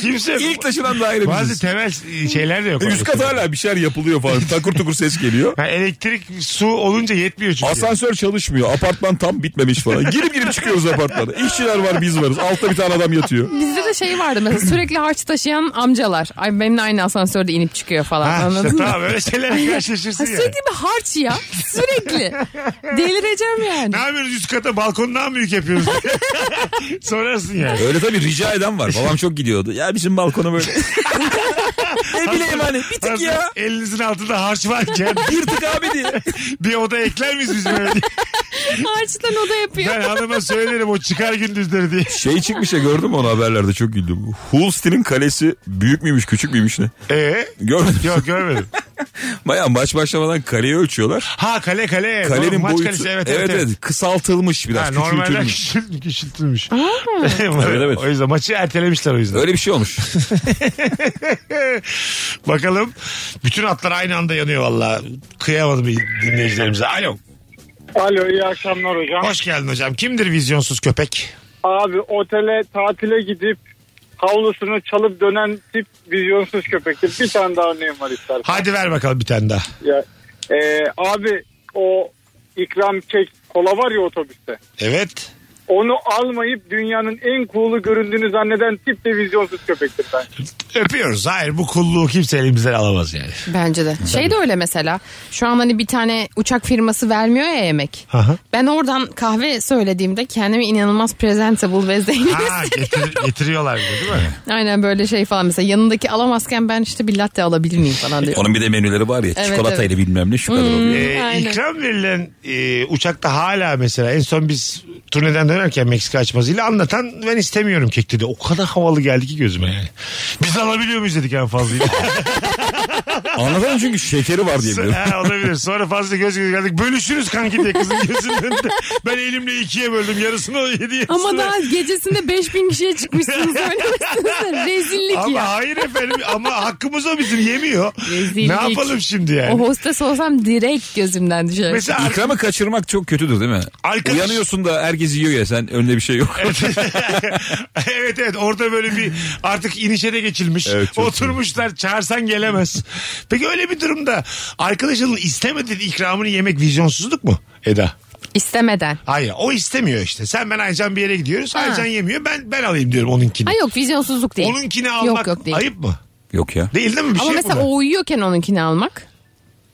C: Kimse
D: İlk taşınan daire
C: Bazı
D: biziz.
C: temel şeyler de yok.
D: şey. Üst kat hala bir şeyler yapılıyor falan.
C: [laughs]
D: Takır tukur ses geliyor.
C: Ha, elektrik su olunca yetmiyor çünkü.
D: Asansör çalışmıyor. Apartman tam bitmemiş falan. Girip girip çıkıyoruz apartmana. İşçiler var biz varız. Altta bir tane adam yatıyor.
E: Bizde de şey vardı mesela sürekli harç taşıyan amcalar. Ay benimle aynı asansörde inip çıkıyor falan
C: Ha, işte
E: anladın mı?
C: tamam öyle şeylerle
E: Ha,
C: karşılaşırsın ya.
E: sürekli bir harç ya. Sürekli. Delireceğim yani.
C: Ne yapıyoruz üst kata balkondan mı yük
D: [laughs]
C: yapıyoruz? Sorarsın yani.
D: Öyle tabii rica eden var. Babam çok gidiyordu. Ya bizim
C: [laughs]
D: balkona böyle. ne bileyim hani bir tık
C: Hazır
D: ya.
C: Elinizin altında harç varken [laughs]
D: Bir tık abi diye.
C: bir oda ekler miyiz biz böyle? diye.
E: Harçtan oda yapıyor.
C: Ben hanıma söylerim o çıkar gündüzleri diye.
D: Şey çıkmış ya gördün mü onu haberlerde çok güldüm. Hulstin'in kalesi büyük müymüş küçük müymüş ne?
C: Ee?
D: Gördüm.
C: Yok görmedim.
D: Baya maç başlamadan kaleyi ölçüyorlar.
C: Ha kale kale.
D: Kalenin
C: E, Maç
D: boyutu
C: kalesi, evet evet. evet.
D: kısaltılmış biraz
C: Ha, normalden
D: küçültülmüş.
C: [laughs] küçült- küçültülmüş.
D: Evet, evet.
C: O yüzden maçı ertelemişler o yüzden.
D: Öyle bir şey olmuş.
C: [laughs] Bakalım. Bütün atlar aynı anda yanıyor valla. Kıyamadım dinleyicilerimize. Alo.
H: [laughs] Alo iyi akşamlar hocam.
C: Hoş geldin hocam. Kimdir vizyonsuz köpek?
H: Abi otele tatile gidip havlusunu çalıp dönen tip vizyonsuz köpektir. Bir tane daha örneğim var istersen.
C: Hadi ver bakalım bir tane daha.
H: Ya, e, abi o ikram kek kola var ya otobüste.
C: Evet.
H: Onu almayıp dünyanın en cool'u göründüğünü zanneden tip de vizyonsuz köpektir ben.
C: Öpüyoruz. Hayır bu kulluğu kimse elimizden alamaz yani.
E: Bence de. Şey de öyle mesela. Şu an hani bir tane uçak firması vermiyor ya yemek.
C: Aha.
E: Ben oradan kahve söylediğimde kendimi inanılmaz presentable ve zengin
C: Ha, getir- getiriyorlar bir de, değil mi?
E: [laughs] Aynen böyle şey falan mesela yanındaki alamazken ben işte bir latte alabilir miyim falan diyor.
D: Onun bir de menüleri var ya
E: Evet,
D: çikolatayla bilmem ne şu kadar oluyor.
C: Ee,
E: Aynen.
C: ikram verilen e, uçakta hala mesela en son biz turneden dönerken Meksika açmasıyla anlatan ben istemiyorum kek dedi. O kadar havalı geldi ki gözüme yani. Biz alabiliyor muyuz dedik en fazla.
D: Anlatan E, çünkü şekeri var
C: [laughs]
D: diye biliyorum.
C: ha, olabilir. Sonra fazla göz göze geldik. Bölüşürüz kanki diye kızın gözünün önünde. Ben elimle ikiye böldüm. Yarısını o yedi yarısını.
E: Ama daha gecesinde 5000
C: [laughs]
E: kişiye çıkmışsınız söylemesiniz. Rezillik
C: Ama
E: ya.
C: hayır efendim ama hakkımız o bizim yemiyor.
E: Rezillik.
C: Ne yapalım şimdi
E: O
C: yani?
E: hostes olsam direkt gözümden düşer.
C: Mesela
D: İkramı kaçırmak çok kötüdür değil mi?
C: Arkadaş-
D: Uyanıyorsun da herkes yiyor ya sen önünde bir şey yok.
C: [laughs] evet evet orada böyle bir artık inişe de geçilmiş.
D: Evet, çok
C: Oturmuşlar çağırsan gelemez. Peki öyle bir durumda arkadaşının istemediği ikramını yemek vizyonsuzluk mu Eda?
E: İstemeden.
C: Hayır o istemiyor işte. Sen ben Aycan bir yere gidiyoruz.
E: Ha.
C: Aycan yemiyor ben ben alayım diyorum onunkini.
E: Ha yok vizyonsuzluk değil.
C: Onunkini almak
E: Yok yok değil.
C: ayıp mı?
D: yok ya.
C: Değil değil mi bir
E: Ama
C: şey
E: mesela
C: bu da?
E: o uyuyorken onunkini almak.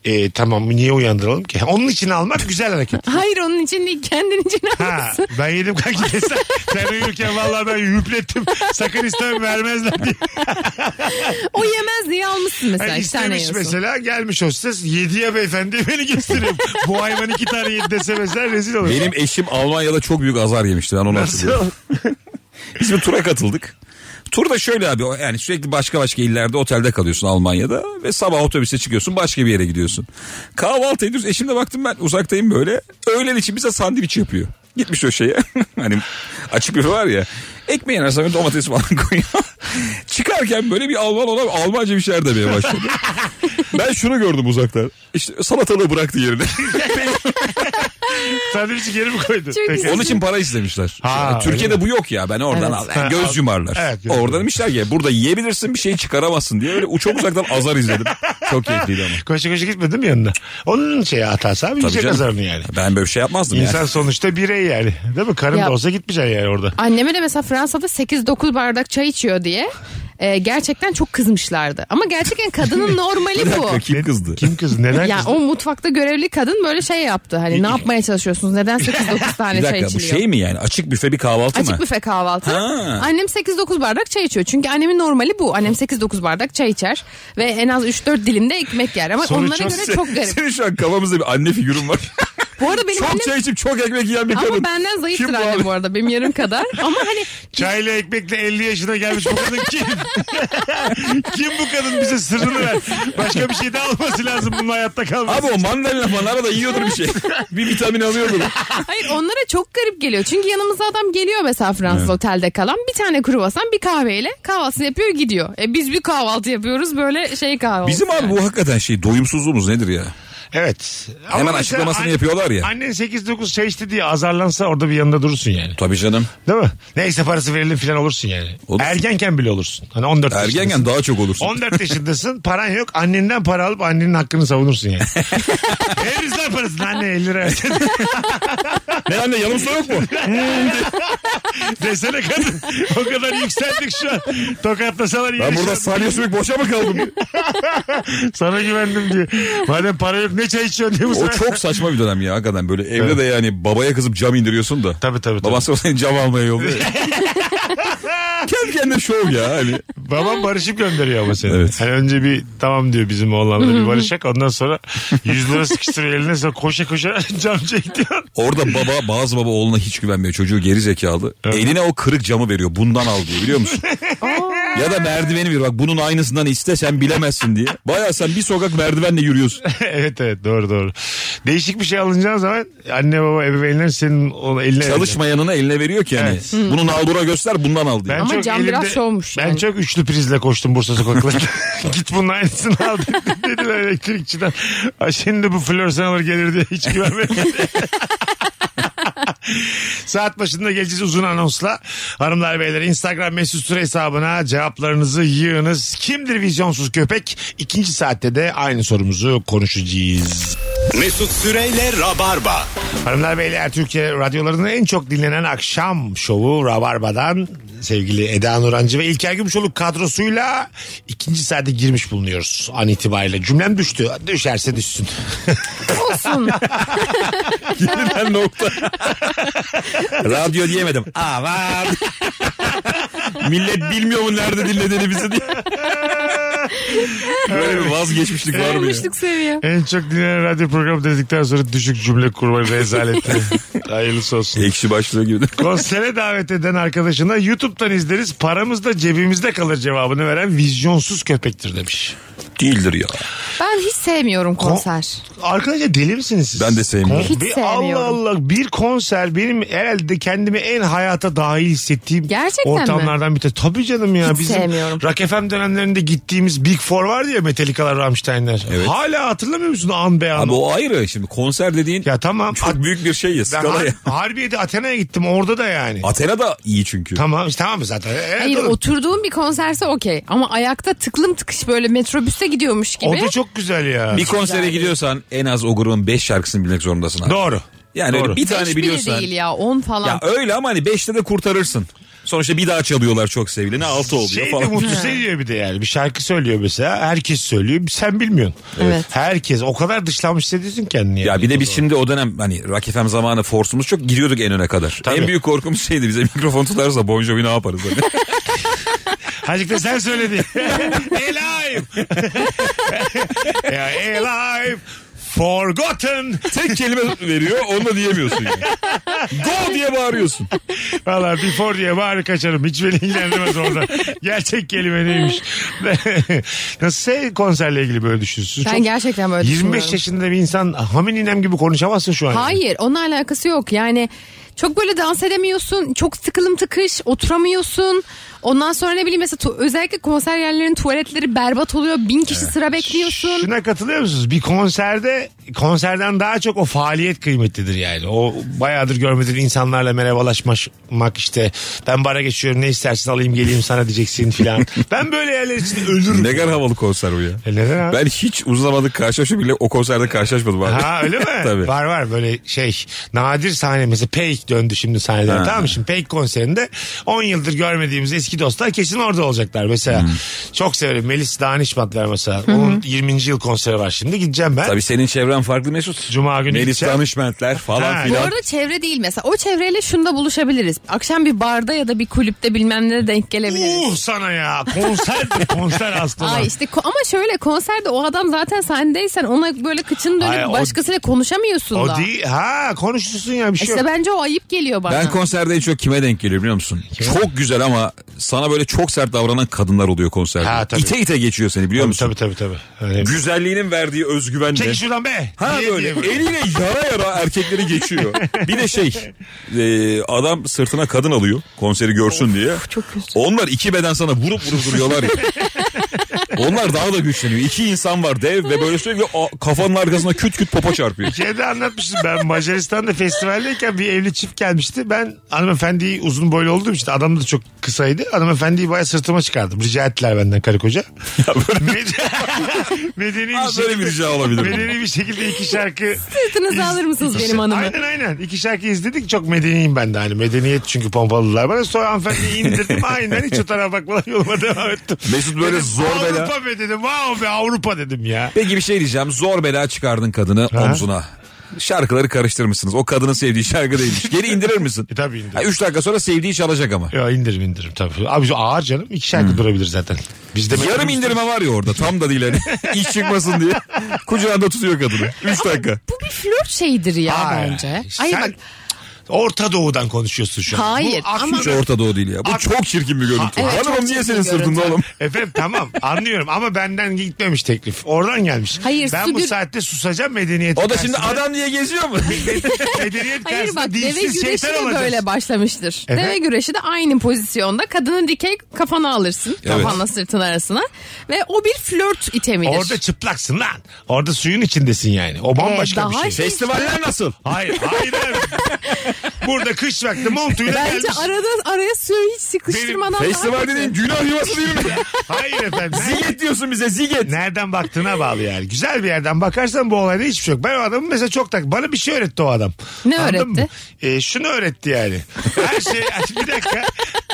C: Ee, tamam niye uyandıralım ki? Onun için almak güzel hareket.
E: Hayır onun için değil kendin için [laughs]
C: Ha,
E: almışsın.
C: ben yedim kanki desen. Sen uyurken vallahi ben hüplettim. Sakın istemem vermezler diye.
E: O yemez diye almışsın mesela.
C: Yani
E: iki tane
C: istemiş
E: yiyorsun.
C: mesela gelmiş hostes yediye beyefendi [laughs] beni gösteriyor. Bu hayvan iki tane yedi dese mesela rezil olur.
D: Benim eşim Almanya'da çok büyük azar yemişti. Ben onu hatırlıyorum.
C: Nasıl?
D: Biz bir tura katıldık. Tur da şöyle abi o- yani sürekli başka başka illerde otelde kalıyorsun Almanya'da ve sabah otobüse çıkıyorsun başka bir yere gidiyorsun. Kahvaltı ediyoruz eşimle baktım ben uzaktayım böyle öğlen için bize sandviç yapıyor. Gitmiş o şeye [laughs] hani açık büfe var ya ekmeğin arasına bir domates falan [laughs] koyuyor. Çıkarken böyle bir Alman olan Almanca bir şeyler demeye başladı. ben şunu gördüm uzaktan. İşte salatalığı bıraktı yerine.
C: Sandviçi geri mi koydun?
E: Çok
C: Peki.
E: güzel.
D: Onun için para istemişler.
C: Ha,
D: Yani Türkiye'de bu yok ya. Ben oradan al. Yani
C: Ha,
D: göz yumarlar.
C: evet, göz
D: Orada
C: yumarlar.
D: demişler ki burada yiyebilirsin bir şey çıkaramazsın diye. Böyle u- çok uzaktan azar izledim. Çok keyifliydi ama.
C: Koşa koşa gitmedim yanına. Onun şey hatası abi
D: Tabii
C: yiyecek
D: canım.
C: azarını yani.
D: Ben böyle bir şey yapmazdım
C: İnsan
D: yani.
C: sonuçta birey yani. Değil mi? Karın
E: Ya-
C: da olsa gitmeyeceksin yani orada.
E: Anneme de mesela Fransa'da 8-9 bardak çay içiyor diye e, gerçekten çok kızmışlardı. Ama
C: [laughs]
E: gerçekten kadının normali
D: Bir
E: bu.
D: dakika kim kızdı?
C: Kim kız? Neden
E: Ya
C: kızdı?
E: o mutfakta görevli kadın böyle şey yaptı. Hani ne yapmaya çalışıyorsunuz? Neden 8-9
D: [laughs]
E: tane
D: Bir
E: çay
D: dakika bu
E: içiliyor?
D: şey mi yani? Açık büfe bir kahvaltı mı?
E: Açık büfe kahvaltı.
D: Ha.
E: Annem 8-9 bardak çay içiyor. Çünkü annemin normali bu. Annem 8-9 bardak çay içer ve en az 3-4 dilimde ekmek yer. Ama
C: Sonuç
E: onlara
C: o.
E: göre çok garip.
D: Senin şu an kafamızda bir anne figürün var.
E: Bu arada [laughs] benim
D: çok
E: annem
D: çay içip çok ekmek yiyen bir kadın.
E: ama benden zayıftır
D: Kim bu
E: annem
D: abi?
E: bu arada. Benim
D: [laughs]
E: yarım kadar. Ama hani
C: Çayla ekmekle 50 yaşına gelmiş bu kadın
D: [laughs]
C: kim? kim bu kadın bize sırrını ver. Başka bir şey de alması lazım bunun hayatta kalması.
D: Abi o mandalina falan arada yiyordur
E: [laughs]
D: bir şey. bir vitamin alıyordur.
E: [laughs] Hayır onlara çok garip geliyor. Çünkü yanımıza adam geliyor mesela Fransız otelde kalan. Bir tane kruvasan bir kahveyle kahvaltısını yapıyor gidiyor. E biz bir kahvaltı yapıyoruz böyle şey kahvaltı.
D: Bizim abi bu hakikaten şey doyumsuzluğumuz nedir ya?
C: Evet.
D: Hemen
C: mesela
D: açıklamasını yapıyorlar ya.
C: Annen 8-9 çay içti diye azarlansa orada bir yanında durursun yani.
D: Tabii canım.
C: Değil mi? Neyse parası verelim falan olursun yani.
D: Olursun.
C: Ergenken bile olursun. Hani 14 yaşındasın.
D: Ergenken daha çok olursun.
C: 14 yaşındasın paran yok annenden para alıp annenin hakkını savunursun
D: [laughs]
C: yani. Veririz lan parasını anne 50 lira.
D: Ne anne yanımızda yok mu?
C: [laughs] Desene kadın o kadar yükseldik şu an. Tokatlasalar yeri
D: Ben burada
C: şu an.
D: salya sümük boşa mı kaldım?
C: sana güvendim diye. Madem para yok ne çay içiyorsun diye bu
D: [laughs] o
C: sefer-
D: çok saçma bir dönem ya hakikaten böyle evde de yani babaya kızıp cam indiriyorsun da.
C: Tabii, tabii,
D: Baban sonra seni cam almaya yolluyor. [laughs] Kendi kendine şov ya hani.
C: Babam barışıp gönderiyor ama seni.
D: Evet.
C: Hani önce bir tamam diyor bizim oğlanla bir barışak. Ondan sonra 100 lira sıkıştırıyor eline sonra koşa koşa [laughs] cam çekiyor.
D: Orada baba bazı baba oğluna hiç güvenmiyor. Çocuğu geri zekalı. Eline o kırık camı veriyor. Bundan al diyor biliyor [laughs] musun? ya da merdiveni veriyor. Bak bunun aynısından iste sen bilemezsin diye. Baya sen bir sokak merdivenle yürüyorsun.
C: [laughs] evet evet doğru doğru. Değişik bir şey alınacağın zaman anne baba ebeveynler senin onu eline
D: Çalışmayanına eline veriyor ki yani.
C: Evet.
D: Bunu naldura göster bundan al diyor.
C: Ben
E: Ama
C: çok
E: cam biraz soğumuş
C: Ben
E: yani.
C: çok üçlü prizle koştum Bursa sokaklarında. [laughs] Git bunun aynısını al [laughs] dedi- dediler elektrikçiden. Ay şimdi bu floresan alır gelir diye hiç güvenmedim. [laughs] Saat başında geleceğiz uzun anonsla. Hanımlar beyler Instagram mesut süre hesabına cevaplarınızı yığınız. Kimdir vizyonsuz köpek? İkinci saatte de aynı sorumuzu konuşacağız.
B: Mesut Süreyle Rabarba.
C: Hanımlar beyler Türkiye radyolarının en çok dinlenen akşam şovu Rabarba'dan sevgili Eda Nurancı ve İlker Gümüşoluk kadrosuyla ikinci saate girmiş bulunuyoruz an itibariyle. Cümlem düştü. Düşerse düşsün.
E: olsun.
D: Yeniden nokta. Radyo diyemedim. Aman. Millet bilmiyor mu nerede dinlediğini bizi diye. Böyle bir vazgeçmişlik var mı ya?
E: Kırmışlık seviyor.
C: En çok dinlenen radyo programı dedikten sonra düşük cümle kurma rezaleti. [laughs] Hayırlısı olsun.
D: Ekşi başlığı gibi.
C: Konsere davet eden arkadaşına YouTube'dan izleriz paramız da cebimizde kalır cevabını veren vizyonsuz köpektir demiş.
D: Değildir ya.
E: Ben hiç sevmiyorum konser.
C: Arkadaşlar deli misiniz siz?
D: Ben de sevmiyorum.
E: Hiç
C: bir,
E: sevmiyorum.
C: Allah Allah bir konser benim herhalde kendimi en hayata dahil hissettiğim
E: Gerçekten mi?
C: ortamlardan bir tanesi. Tabii canım ya.
E: Hiç
C: bizim
E: sevmiyorum.
C: Rock FM dönemlerinde gittiğimiz Big Four vardı ya Metallica'lar, Rammstein'ler.
D: Evet.
C: Hala hatırlamıyor musun an be an?
D: Abi o ayrı. Şimdi konser dediğin
C: Ya tamam.
D: çok
C: At-
D: büyük bir şey ya.
C: ben
D: [laughs] Skala ya.
C: Har- Harbiye'de Athena'ya gittim orada da yani.
D: Athena da iyi çünkü.
C: tamam işte tamam zaten. Evet,
E: Hayır
C: oğlum.
E: oturduğum bir konserse okey. Ama ayakta tıklım tıkış böyle metrobüste gidiyormuş gibi.
C: O da çok güzel ya.
D: Bir konsere gidiyorsan en az o grubun 5 şarkısını bilmek zorundasın abi.
C: Doğru.
D: Yani öyle
C: Doğru.
D: bir
E: Hiç
D: tane
E: bile
D: biliyorsan.
E: değil ya 10 falan.
D: Ya öyle ama hani 5'te de kurtarırsın. Sonuçta bir daha çalıyorlar çok sevilene 6 oluyor
C: Şey de
D: falan.
C: mutsuz ediyor bir de yani. Bir şarkı söylüyor mesela. Herkes söylüyor. Sen bilmiyorsun.
E: Evet.
C: Herkes. O kadar dışlanmış hissediyorsun kendini.
D: Ya
C: yani.
D: bir de biz şimdi o dönem hani Rock FM zamanı forsumuz çok giriyorduk en öne kadar.
C: Tabii.
D: En büyük korkumuz şeydi bize mikrofon tutarsa Bon Jovi ne yaparız? Hani.
C: [laughs] Azıcık da sen
D: [laughs]
C: söyledin. alive. ya alive. Forgotten.
D: Tek kelime veriyor onu da diyemiyorsun yani. Go diye bağırıyorsun.
C: Valla before diye bari kaçarım. Hiç beni ilgilendirmez orada. Gerçek kelime neymiş. [laughs] Nasıl sen konserle ilgili böyle düşünüyorsun?
E: Ben
C: Çok-
E: gerçekten böyle
C: 25
E: düşünüyorum.
C: yaşında bir insan hamininem gibi konuşamazsın şu an.
E: Hayır onunla alakası yok yani çok böyle dans edemiyorsun çok tıkılım tıkış oturamıyorsun ondan sonra ne bileyim mesela tu- özellikle konser yerlerinin tuvaletleri berbat oluyor bin kişi sıra bekliyorsun.
C: Şuna katılıyor musunuz? Bir konserde konserden daha çok o faaliyet kıymetlidir yani. O bayağıdır görmediğin insanlarla merhabalaşmak işte ben bara geçiyorum ne istersin alayım geleyim sana diyeceksin
D: [laughs]
C: filan. ben böyle yerler için ölürüm.
D: Ne kadar havalı konser bu ya.
C: E neden abi?
D: Ben hiç uzun zamandır karşılaşma bile o konserde karşılaşmadım abi.
C: Ha öyle mi?
D: [laughs] Tabii.
C: Var var böyle şey nadir sahne mesela Peik döndü şimdi sahneden
D: Ha.
C: tamam mı? Şimdi Peik konserinde 10 yıldır görmediğimiz eski dostlar kesin orada olacaklar. Mesela
D: Hmm.
C: çok severim Melis Danişmat var mesela. Onun 20. yıl konseri var şimdi gideceğim ben.
D: Tabii senin çevren farklı Mesut.
C: Cuma günü
D: Melis
C: gideceğim.
D: danışmentler falan
C: Ha.
E: Bu
D: filan.
E: arada çevre değil mesela. O çevreyle şunda buluşabiliriz. Akşam bir barda ya da bir kulüpte bilmem ne denk gelebiliriz.
C: Uh sana ya konser de
E: [laughs]
C: konser aslında.
E: Ay işte ko- ama şöyle konserde o adam zaten sendeysen ona böyle kıçın dönüp
C: Ay, o-
E: başkasıyla konuşamıyorsun da. E,
C: O değil ha konuşursun ya bir şey
E: İşte
C: yok.
E: bence o ayıp geliyor bana.
D: Ben konserde en çok kime denk geliyor biliyor musun? Çok güzel ama sana böyle çok sert davranan kadınlar oluyor konserde.
C: Ha, tabii.
D: İte ite geçiyor seni biliyor
C: Tabii,
D: musun?
C: tabii tabii tabii. Öyle.
D: Güzelliğinin verdiği özgüvenle.
C: Çekil şuradan be.
D: Ha
C: Diye-
D: böyle
C: diye-
D: eliyle yara yara erkekleri geçiyor. Bir de şey
C: [laughs]
D: e, adam sırtına kadın alıyor konseri görsün diye. Onlar iki beden sana vurup vurup duruyorlar ya. Onlar daha da güçleniyor. İki insan var dev ve böyle sürekli a- kafanın arkasına küt küt popo çarpıyor.
C: Şeyde anlatmıştım Şey ben Macaristan'da festivaldeyken bir evli çift gelmişti. Ben hanımefendiyi uzun boylu olduğum için adam da çok kısaydı. Hanımefendiyi baya sırtıma çıkardım. Rica ettiler benden karı koca. Med- [laughs] medeni
D: Ha,
C: bir
D: böyle
C: şekilde,
D: bir rica olabilir.
C: medeni bir şekilde iki
D: [laughs]
C: şarkı...
E: Sırtınızı alır mısınız benim hanımı?
C: Aynen aynen. İki şarkı izledik. Çok medeniyim ben de. Hani medeniyet çünkü pompaladılar bana. Sonra hanımefendiyi
D: [laughs]
C: indirdim. Aynen hiç o tarafa bakmadan yoluma devam ettim.
D: Mesut böyle
C: Dedim,
D: zor bela.
C: Avrupa be dedim. Wow be Avrupa dedim ya.
D: Peki bir şey diyeceğim. Zor bela çıkardın kadını omzuna. Şarkıları karıştırmışsınız. O kadının sevdiği şarkı değilmiş. Geri indirir misin?
C: E tabii indir.
D: Ha, üç dakika sonra sevdiği çalacak ama.
C: Ya indirim indirim tabii. Abi şu ağır canım. iki şarkı durabilir zaten. Bizde
D: Hmm. Yarım indirme var ya orada tam da değil
E: [laughs]
D: hani. İş çıkmasın diye. Kucağında tutuyor kadını. 3 dakika.
E: Bu bir flört şeyidir ya
C: Hayır.
E: bence.
C: Sen
E: Ay bak
C: Orta Doğu'dan konuşuyorsun şu an.
E: Hayır,
C: Bu Afrika-
D: Hiç Orta Doğu değil ya. Bu çok çirkin bir görüntü.
E: evet, çok
D: Hanımım niye
E: çirkin
D: senin
E: bir
D: sırtında
E: görüntü. [laughs]
D: oğlum?
C: Efendim tamam anlıyorum ama benden gitmemiş teklif. Oradan gelmiş.
E: Hayır,
C: ben
E: su
C: bu
E: gü-
C: saatte susacağım medeniyet.
D: O da şimdi
C: karşısında-
D: adam diye geziyor mu?
E: [laughs]
C: medeniyet
E: Hayır
C: karşısında
E: bak deve
C: dilsiz
E: güreşi
C: şeytan
E: de
C: olacağız.
E: böyle başlamıştır.
C: Evet.
E: Deve güreşi de aynı pozisyonda kadının dikey kafana alırsın.
D: Evet.
E: Kafanla sırtın arasına. Ve o bir flört itemidir.
C: Orada çıplaksın lan. Orada suyun içindesin yani. O bambaşka
E: daha
C: bir şey.
D: [laughs]
E: şey-
D: Festivaller nasıl?
C: Hayır hayır.
E: [laughs]
C: hayır. Burada kış vakti montuyla
E: Bence
C: gelmiş.
E: arada araya suyu hiç sıkıştırmadan daha
D: Festival
E: kötü.
D: dediğin günah yuvası değil
E: [laughs]
D: mi?
C: Hayır efendim.
D: ziget diyorsun bize ziget.
C: Nereden baktığına bağlı yani. Güzel bir yerden bakarsan bu olayda hiçbir şey yok. Ben o adamı mesela çok tak. Bana bir şey öğretti o adam.
E: Ne
C: Anladın
E: öğretti?
C: mı? Ee, şunu öğretti yani. Her şey [laughs] bir dakika.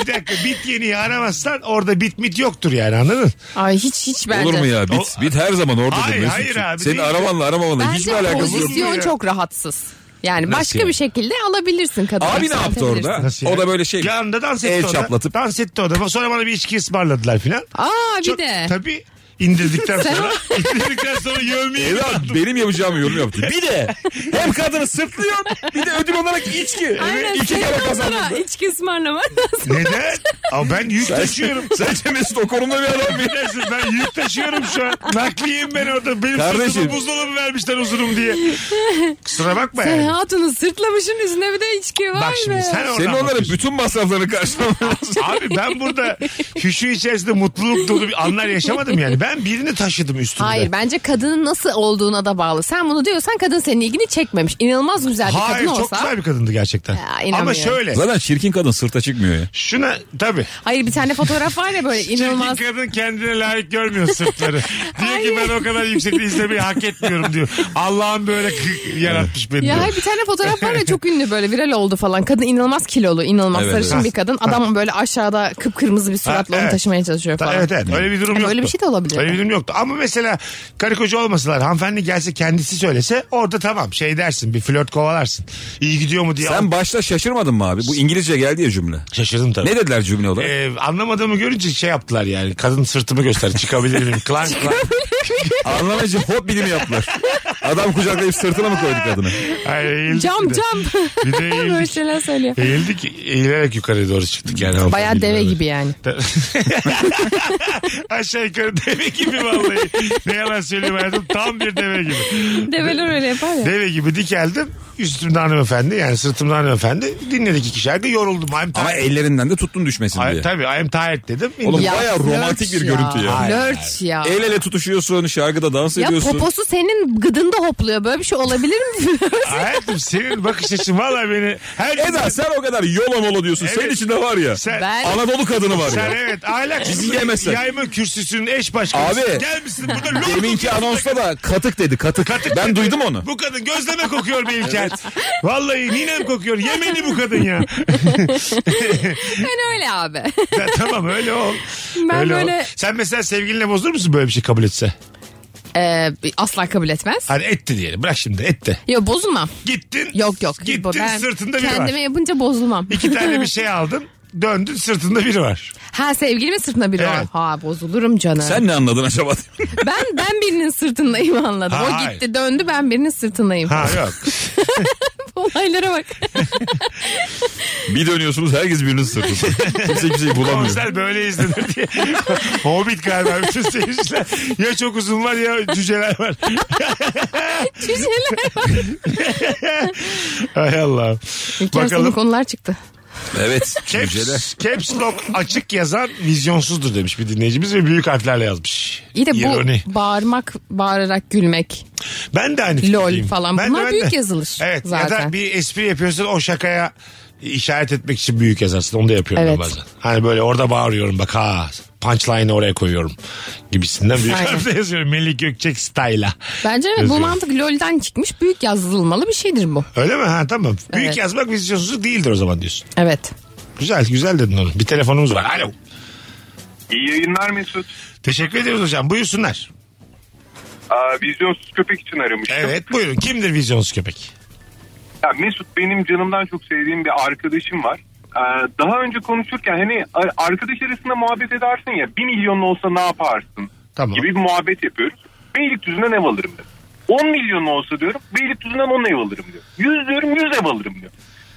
C: Bir dakika bit yeniyi aramazsan orada bit mit yoktur yani anladın?
E: Ay hiç hiç bence.
D: Olur mu ya? Bit,
C: O-
D: bit her zaman oradadır.
C: Hayır,
D: Mesut'cum.
C: hayır abi,
D: Senin
C: değil.
D: arabanla aramamanla hiçbir
E: Bence
D: alakası yok.
E: pozisyon
C: yok.
E: çok rahatsız. Yani
C: Nasıl
E: başka
C: yani?
E: bir şekilde alabilirsin kadını.
D: Abi ne yaptı
E: yükseltebilirsin.
D: orada?
C: Nasıl
D: O
C: yani?
D: da böyle şey.
C: Yanında dans etti
D: El
C: o da.
D: çaplatıp.
C: Dans etti o da. Sonra bana bir içki ısmarladılar filan.
E: Aa bir
C: Çok-
E: de.
C: Tabii indirdikten
E: Sen- [laughs]
C: sonra indirdikten sonra yövmeyi
D: Evlat benim yapacağım yorum yaptı. Bir
E: [laughs]
D: de hem kadını sırtlıyor bir de ödül olarak içki.
E: Aynen.
D: İki
E: senin
D: kere
E: onlara
D: kazandım.
E: İçki ısmarlamak lazım.
C: Neden? Ama ben yük taşıyorum. [laughs]
D: [laughs] Sence Mesut o konumda bir adam mı?
C: Affedersin, ben yük taşıyorum şu an. Nakliyeyim ben orada. Benim
D: Kardeşim.
C: sırtıma buzdolabı vermişler uzunum diye. Kusura bakma
E: [laughs] Sen
C: yani.
E: hatunu sırtlamışın üstüne bir de içki var
C: Bak şimdi
E: be.
C: sen oradan
D: Senin onların
C: bakıyorsun.
D: bütün masraflarını karşılaman lazım.
C: Abi ben burada hüşü içerisinde mutluluk dolu bir anlar yaşamadım yani. Ben birini taşıdım üstümde.
E: Hayır bence kadının nasıl olduğuna da bağlı. Sen bunu diyorsan kadın senin ilgini çekmemiş. İnanılmaz güzel bir
C: Hayır
E: kadın
C: çok
E: olsa.
C: güzel bir kadındı gerçekten.
E: inanmıyorum.
C: Ama şöyle
D: Zaten çirkin kadın sırta çıkmıyor ya.
C: şuna tabii.
E: Hayır bir tane fotoğraf var ya
C: [laughs]
E: böyle inanılmaz.
C: Çirkin kadın kendine layık görmüyor
E: [laughs]
C: sırtları. diyor ki ben o kadar yüksekte izlemeyi hak etmiyorum diyor. Allah'ım böyle kı- yaratmış beni
E: Ya
C: diyor.
E: hayır bir tane fotoğraf var ya çok ünlü böyle viral oldu falan. Kadın inanılmaz kilolu, inanılmaz
D: Evet,
E: sarışın
D: evet.
E: bir kadın. Adam böyle aşağıda kıpkırmızı bir suratla
C: Ha,
E: onu
C: evet.
E: taşımaya çalışıyor
C: Ta-
E: falan.
C: Evet evet öyle bir durum
E: Yani
C: yoktu.
E: öyle bir şey de olabilir.
C: Öyle bir durum yoktu. Ama mesela karı koca olmasalar hanımefendi gelse kendisi söylese orada tamam şey dersin bir flört kovalarsın. İyi gidiyor mu diye.
D: Sen başta şaşırmadın mı abi? Bu İngilizce geldi ya cümle.
C: Şaşırdım tabii.
D: Ne dediler cümle olarak?
C: Ee, anlamadığımı görünce şey yaptılar yani. Kadın sırtımı gösterdi. Çıkabilir
E: [laughs]
C: miyim? Klan klan.
D: Anlamayınca hop
C: [laughs]
D: bilimi yaptılar. Adam kucaklayıp sırtına mı koydu kadını?
C: Hayır, eğildik bir
E: Cam
C: de.
E: cam.
C: Bir de
E: böyle
C: eğildik.
E: şeyler söylüyor.
C: Eğildik. Eğilerek yukarı doğru çıktık yani.
E: Bayağı deve gibi yani.
C: Aşağı yukarı [laughs] deve gibi vallahi. ne yalan söyleyeyim hayatım. Tam bir deve gibi.
E: Develer öyle yapar ya.
C: Deve gibi dikeldim. Üstümde hanımefendi yani sırtımda hanımefendi. Dinledik iki şarkı yoruldum. I'm tired.
D: Ama ellerinden de tuttun düşmesin
C: Ay,
D: diye.
C: tabii I'm tired dedim.
D: Oğlum
C: İndim.
D: bayağı romantik
E: flört
D: bir görüntü ya.
E: Flört ya.
D: El ele tutuşuyorsun. yapıyorsun, şarkıda dans
E: Ya
D: ediyorsun.
E: poposu senin gıdında hopluyor. Böyle bir şey olabilir
C: [laughs]
E: mi?
C: Hayatım senin bakış açın valla beni her
D: Eda sen o kadar yola mola diyorsun.
C: Evet.
D: Senin içinde var ya.
C: sen,
E: Ben-
D: Anadolu kadını var
C: sen
D: ya.
C: evet ahlak
D: Bizi yemezsen.
C: yayma kürsüsünün eş başkanısın.
D: Abi.
C: Gelmişsin burada lokum
D: Deminki
C: kokuyorsun.
D: anonsta da katık dedi katık. ben duydum onu.
C: Bu kadın gözleme kokuyor bir İlker. Vallahi ninem kokuyor. Yemeni bu kadın ya.
E: ben öyle abi.
C: Ya tamam öyle ol.
E: Ben
C: öyle ol.
E: böyle-
C: Sen mesela sevgilinle bozulur musun böyle bir şey kabul etse?
E: Ee, asla kabul etmez.
C: Hadi etti diyelim. Bırak şimdi etti.
E: Yok bozulmam.
C: Gittin.
E: Yok yok.
C: Gittin
E: Ben
C: sırtında biri
E: Kendime
C: var.
E: yapınca bozulmam.
C: İki tane bir şey aldın. Döndün sırtında biri var.
E: Ha sevgilimin sırtında biri var.
C: Evet.
E: Ha bozulurum canım.
D: Sen ne anladın acaba?
E: Ben ben birinin sırtındayım anladım.
C: Ha,
E: o
C: hayır.
E: gitti döndü ben birinin sırtındayım.
C: Ha yok.
E: [laughs] Olaylara
C: [laughs]
E: bak.
D: bir dönüyorsunuz herkes birinin sırtında. Kimse kimseyi bulamıyor.
C: Konser böyle izlenir diye. [laughs] Hobbit galiba bütün seyirciler. Ya çok uzun var ya cüceler var.
E: Cüceler.
C: Hay Allah.
E: İlker sana
C: Bakalım.
E: konular çıktı.
D: evet. Cüceler.
C: Caps, caps lock açık yazan vizyonsuzdur demiş bir dinleyicimiz ve büyük harflerle yazmış.
E: İyi de bu
C: İroni.
E: bağırmak, bağırarak gülmek.
C: Ben de aynı
E: Lol
C: fikirdeyim.
E: falan.
C: Ben de,
E: Bunlar
C: ben de.
E: büyük yazılır
C: Evet ya da
E: zaten.
C: bir espri yapıyorsun o şakaya işaret etmek için büyük yazarsın. Onu da yapıyorum ben
E: Evet.
C: bazen. Hani böyle orada bağırıyorum bak ha punchline'ı oraya koyuyorum gibisinden büyük
E: Aynen.
C: harfle yazıyorum. Melih Gökçek style'a.
E: Bence evet, bu
C: Yazıyorum.
E: mantık LOL'den çıkmış büyük yazılmalı bir şeydir bu.
C: Öyle mi? Ha tamam. Büyük
E: Evet.
C: yazmak vizyonsuzluk değildir o zaman diyorsun.
E: Evet.
C: Güzel güzel dedin onu. Bir telefonumuz var. Alo.
I: İyi yayınlar Mesut.
C: Teşekkür ediyoruz hocam. Buyursunlar.
I: Aa, vizyonsuz köpek için aramıştım.
C: Evet buyurun. Kimdir vizyonsuz köpek?
I: Ya Mesut benim canımdan çok sevdiğim bir arkadaşım var. Ee, daha önce konuşurken hani a- arkadaş arasında muhabbet edersin ya bir milyonun olsa ne yaparsın
C: Tamam.
I: gibi bir muhabbet yapıyoruz. Beylikdüzü'nden ev alırım diyor. 10 milyon olsa diyorum Beylikdüzü'nden 10 ev alırım diyor. 100 diyorum 100 ev alırım diyor.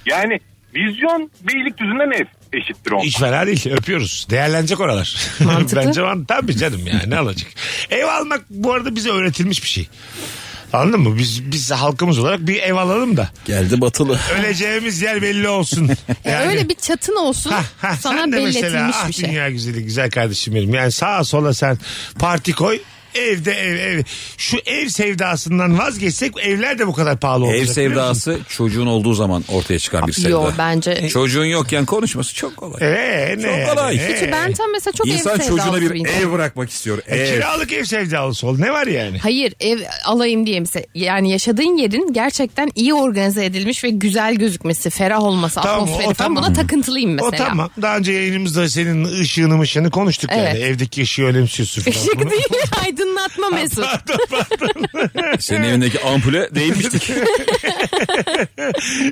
I: Yani vizyon Beylikdüzü'nden ev eşittir on.
C: Hiç fena değil. Öpüyoruz. Değerlenecek oralar. [laughs]
E: Mantıklı.
C: Bence man tabii canım ya. Ne alacak? Ev almak bu arada bize öğretilmiş bir şey. Anladın mı? Biz biz halkımız olarak bir ev alalım da
D: Geldi batılı.
C: öleceğimiz yer belli
E: [laughs]
C: olsun.
E: E,
C: Yani-
E: öyle bir çatın olsun
C: Ha, ha,
E: sana
C: sen de
E: belletilmiş
C: mesela ah
E: bir şey.
C: dünya güzeli güzel kardeşim benim. Yani sağa sola sen parti koy. Evde ev ev. Şu ev sevdasından vazgeçsek evler de bu kadar pahalı olacak.
D: Ev
C: biliyor musun?
D: sevdası çocuğun olduğu zaman ortaya çıkan bir
C: şey.
D: sevda.
E: Yo bence.
C: E,
D: Çocuğun yokken konuşması çok kolay.
C: Ee, ne?
D: Çok kolay.
C: yani?
E: Hiç ben tam mesela çok
D: İnsan
E: ev
D: çocuğuna
E: sevdalısı
D: bir
E: bir insanım.
D: ev bırakmak istiyor.
C: E,
D: Ev.
C: Kiralık ev sevdalısı ol. Ne var yani?
E: Hayır ev alayım diye mesela yani yaşadığın yerin gerçekten iyi organize edilmiş ve güzel gözükmesi, ferah olması,
C: Tamam,
E: atmosferi
C: o
E: falan
C: tamam.
E: buna takıntılıyım mesela.
C: O tamam. Daha önce yayınımızda senin ışığını mışığını konuştuk yani.
E: Evet.
C: Evdeki ışığı önemsiyorsun falan.
E: [laughs] Işık değil [laughs] aydınlatma Mesut.
D: Senin evindeki ampule değmiştik.
C: [laughs]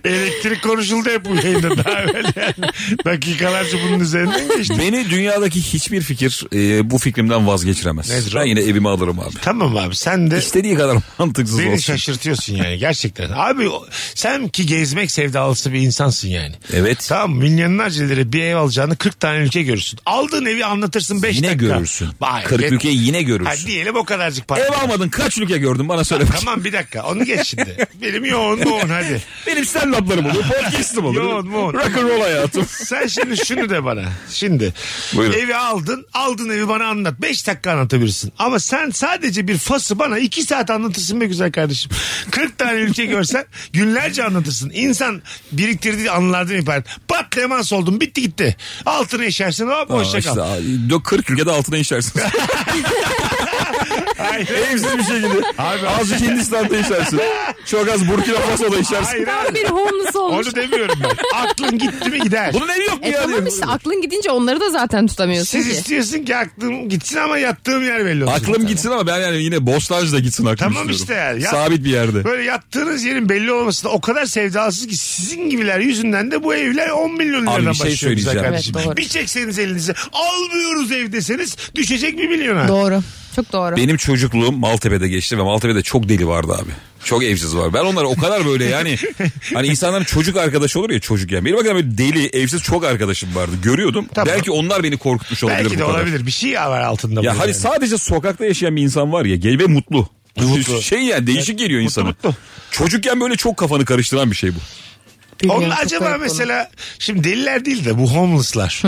C: Elektrik konuşuldu hep bu yayında daha evvel yani. Dakikalarca bunun üzerinden geçti.
D: Beni dünyadaki hiçbir fikir e, bu fikrimden vazgeçiremez.
C: Nedir o?
D: ben yine evime alırım abi.
C: Tamam abi sen de
D: İstediği kadar mantıksız
C: beni
D: olsun.
C: şaşırtıyorsun yani gerçekten. Abi o- sen ki gezmek sevdalısı bir insansın yani.
D: Evet.
C: Tamam milyonlarca lira bir ev alacağını 40 tane ülke görürsün. Aldığın evi anlatırsın 5
D: Yine
C: dakika.
D: görürsün.
C: Vay,
D: 40
C: yet-
D: ülkeyi yine
C: Ha,
D: görürsün.
C: diyelim o kadarcık para.
D: Ev almadın kaç ülke gördün bana [laughs] söyle. bakayım.
C: Tamam bir dakika onu geç şimdi.
D: [laughs]
C: Benim yoğun yoğun hadi.
D: Benim stand-up'larım olur, podcast'ım olur.
C: Yoğun, yoğun.
D: Rock'n'roll hayatım.
C: [laughs] Sen şimdi şunu de bana. Şimdi
D: Buyurun.
C: evi aldın. Aldın evi bana anlat. 5 dakika anlatabilirsin. Ama sen sadece bir fası bana 2 saat anlatırsın be güzel kardeşim. 40 tane ülke görsen günlerce anlatırsın. İnsan biriktirdiği anılardan ibaret. Pat demans oldun bitti gitti. Altına işersin hop hoşça kal.
D: Aa, işte, dö- 40 ülkede altına [laughs] işersiniz.
C: Hayır.
D: Evsiz bir şekilde.
C: Abi-
D: Azıcık Hindistan'da işersin. Çok az Burkina Faso'da işersin.
C: Hayır
E: Tam
C: abi.
E: bir homeless olmuş.
C: Onu demiyorum ben. Aklın gitti mi gider.
D: Bunun evi yok mu
E: E
D: ya?
E: tamam
D: diyorum.
E: işte aklın gidince onları da zaten tutamıyorsun
C: Siz
E: ki.
C: istiyorsun ki aklım gitsin ama yattığım yer belli olsun.
D: Aklım gitsin ama ben yani yine Bostancı'da gitsin aklım
C: Tamam
D: istiyorum.
C: işte yani. Ya-
D: Sabit bir yerde.
C: Böyle yattığınız yerin belli olması da o kadar sevdalısız ki sizin gibiler yüzünden de bu evler 10 milyon liradan
D: Abi bir şey
C: başlıyor güzel
D: söyleyeceğim.
C: kardeşim.
E: Evet, doğru.
C: bir çekseniz elinize almıyoruz ev deseniz düşecek 1 milyona.
E: Doğru. Çok doğru.
D: Benim çocukluğum Maltepe'de geçti ve Maltepe'de çok deli vardı abi. Çok evsiz var. Ben onlara o kadar
C: [laughs]
D: böyle yani hani insanların çocuk arkadaşı olur ya çocuk yani. Benim hakikaten böyle deli, evsiz çok arkadaşım vardı. Görüyordum.
C: Tamam.
D: Belki onlar beni korkutmuş olabilir
C: Belki
D: bu
C: de
D: kadar.
C: olabilir. Bir şey var altında.
D: Ya
C: bunun
D: hani
C: yani.
D: sadece sokakta yaşayan bir insan var ya gel ve mutlu.
C: Mutlu.
D: [laughs] Şey yani değişik geliyor insana.
C: mutlu.
D: Çocukken böyle çok kafanı karıştıran bir şey bu.
E: Bilmiyorum,
C: Onun
E: çok
C: acaba
E: garip
C: mesela şimdi deliler değil de bu homeless'lar.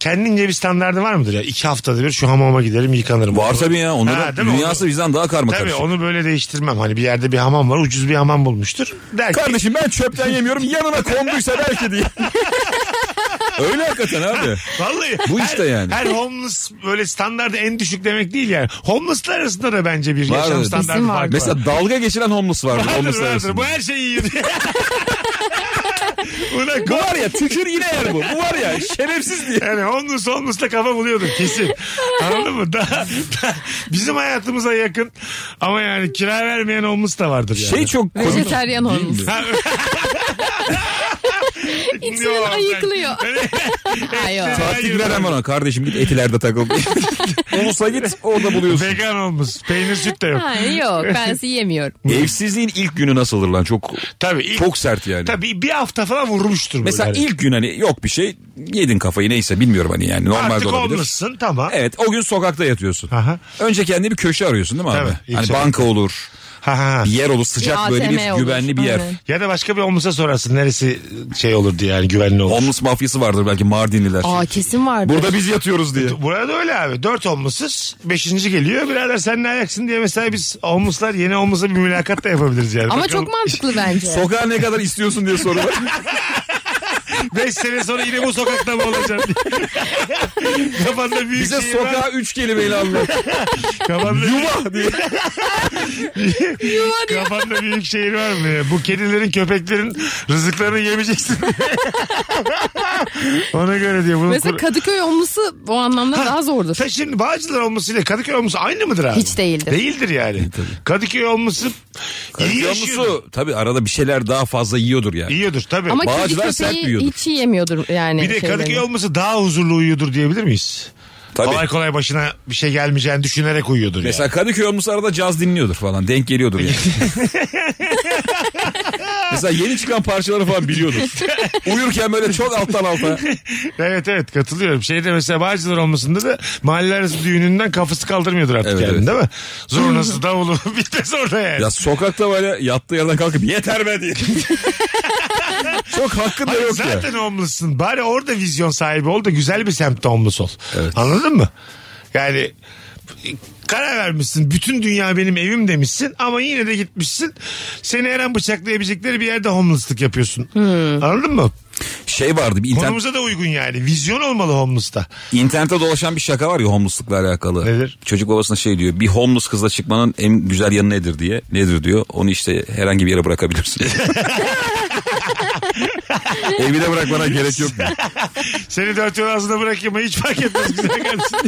C: Kendince bir standardı var mıdır ya? İki haftada bir şu hamama giderim yıkanırım.
D: Var tabii ya.
C: Ha,
D: Onların
C: değil mi?
D: dünyası
C: Onu-
D: bizden daha karma
C: Tabii
D: karışık.
C: onu böyle değiştirmem. Hani bir yerde bir hamam var ucuz bir hamam bulmuştur. Der ki,
D: Kardeşim ben çöpten yemiyorum yanına konduysa belki [laughs] diye. Öyle hakikaten abi.
C: Vallahi
D: [laughs] Bu
C: her-
D: işte yani.
C: Her homeless böyle standardı en düşük demek değil yani. Homeless'lar arasında da bence bir
D: Vardır.
C: yaşam
D: Kesin
C: standardı
E: vardır.
C: farkı var.
D: Mesela dalga geçilen homeless vardır.
C: vardır
D: homeless
C: vardır.
D: arasında.
C: Bu her şey iyi. [laughs] Buna
D: Bu var ya tükür yine yer bu. Bu var ya şerefsiz diye.
C: Yani homeless homeless'la kafa buluyordum kesin. Anladın mı? Daha, daha- bizim hayatımıza yakın ama yani kira vermeyen homeless da vardır yani.
D: Şey çok
E: olun.
D: komik.
E: Vejeteryan olmuş. İçinin
C: Yok, ben-
E: ayıklıyor. Hayır.
D: Tatil gider hemen ona. Kardeşim git etilerde [laughs] takıl. Ulus'a git orada
C: [laughs]
D: buluyorsun.
C: Vegan homeless. Peynir süt de yok.
E: Ha, yok ben
D: [laughs]
E: sizi yemiyorum.
D: Evsizliğin ilk günü nasıldır lan? Çok
C: Tabii ilk,
D: çok sert yani.
C: tabii bir hafta falan vurmuştur. böyle
D: Mesela
C: hani.
D: ilk gün hani yok bir şey yedin kafayı neyse bilmiyorum hani yani normal
C: Artık
D: de olabilir.
C: homeless'sın tamam.
D: Evet o gün sokakta yatıyorsun.
C: Aha.
D: Önce kendine bir köşe arıyorsun değil mi abi?
C: Tabii, ilk
D: hani
C: şey.
D: banka olur,
C: Ha, ha, ha.
D: bir yer olur, sıcak
E: Bir
D: böyle bir
E: ATM olur.
D: güvenli bir yer.
E: Aynen.
C: Ya da başka bir homeless'a sorarsın neresi şey olur diye yani güvenli olur.
D: Homeless mafyası vardır belki Mardinliler.
E: Aa kesin vardı.
D: Burada biz
C: [laughs]
D: yatıyoruz diye.
C: Burada öyle abi. Dört homeless'ız. Beşinci geliyor. Birader sen ne ayaksın diye mesela biz homeless'lar yeni homeless'a bir mülakat da yapabiliriz yani.
E: Ama
C: Bakalım.
E: çok mantıklı bence.
D: Sokağa ne kadar istiyorsun
C: [laughs]
D: diye sorular.
C: Beş sene sonra yine bu sokakta mı olacaksın
E: [laughs]
C: diye. Kafanda büyük
D: Bize
C: şehir şey var.
D: sokağa üç kelimeyle anlat.
C: Kafanda,
D: Yuva diye.
E: hani
C: kafanda büyük şehir var mı? ya? Bu kedilerin köpeklerin rızıklarını
E: [laughs]
C: yemeyeceksin. Ona göre diye. Bunu
E: Mesela Kadıköy olması o anlamda daha zordur.
C: Sen şimdi Bağcılar olması ile Kadıköy olması aynı mıdır abi?
E: Hiç değildir.
C: Değildir yani. Kadıköy olması iyi yaşıyordur.
D: Yamusu tabii arada bir şeyler daha fazla yiyordur yani.
C: İyiyordur tabii.
E: Ama kedi
D: Bağcılar sert
E: köpeği
D: büyüyordur.
E: hiç yemiyordur yani.
C: bir de
E: şeyleri.
C: Kadıköy olması daha huzurlu uyuyordur diyebilir miyiz?
D: Tabii.
C: Kolay kolay başına bir şey gelmeyeceğini düşünerek uyuyordur
D: Mesela Kadıköy olmuş arada caz dinliyordur falan. Denk
C: [laughs]
D: geliyordur yani. Mesela yeni çıkan parçaları falan biliyordur. Uyurken böyle çok alttan alta.
C: yani. Evet evet katılıyorum. Şeyde mesela Bağcılar olmasında da mahalle arası düğününden kafası kaldırmıyordur artık
D: Evet,
C: yani
D: evet.
C: değil mi? Zurnası davulu [laughs] bitmez orada yani.
D: Ya sokakta böyle yattığı yerden kalkıp yeter
C: [laughs]
D: be diye. çok hakkın da
C: Hayır,
D: yok ya.
C: zaten homeless'ın. Bari orada vizyon sahibi ol da güzel bir semtte homeless ol. Anladın mı? Yani karar vermişsin. Bütün dünya benim evim demişsin ama yine de gitmişsin. Seni her an bıçaklayabilecekleri bir yerde homeless'lık yapıyorsun. Anladın mı?
D: Şey vardı bir internet,
C: Konumuza da uygun yani. Vizyon olmalı homeless'ta.
D: internette dolaşan bir şaka var ya homeless'lıkla alakalı.
C: Nedir?
D: Çocuk babasına şey diyor bir homeless kızla çıkmanın en güzel yanı nedir diye. Nedir diyor onu işte herhangi bir
C: [laughs]
D: yere bırakabilirsin. [laughs] Evine bırakmana gerek yok. diyor.
C: Seni dört yol ağzına bırakayım hiç fark etmez güzel kardeşim.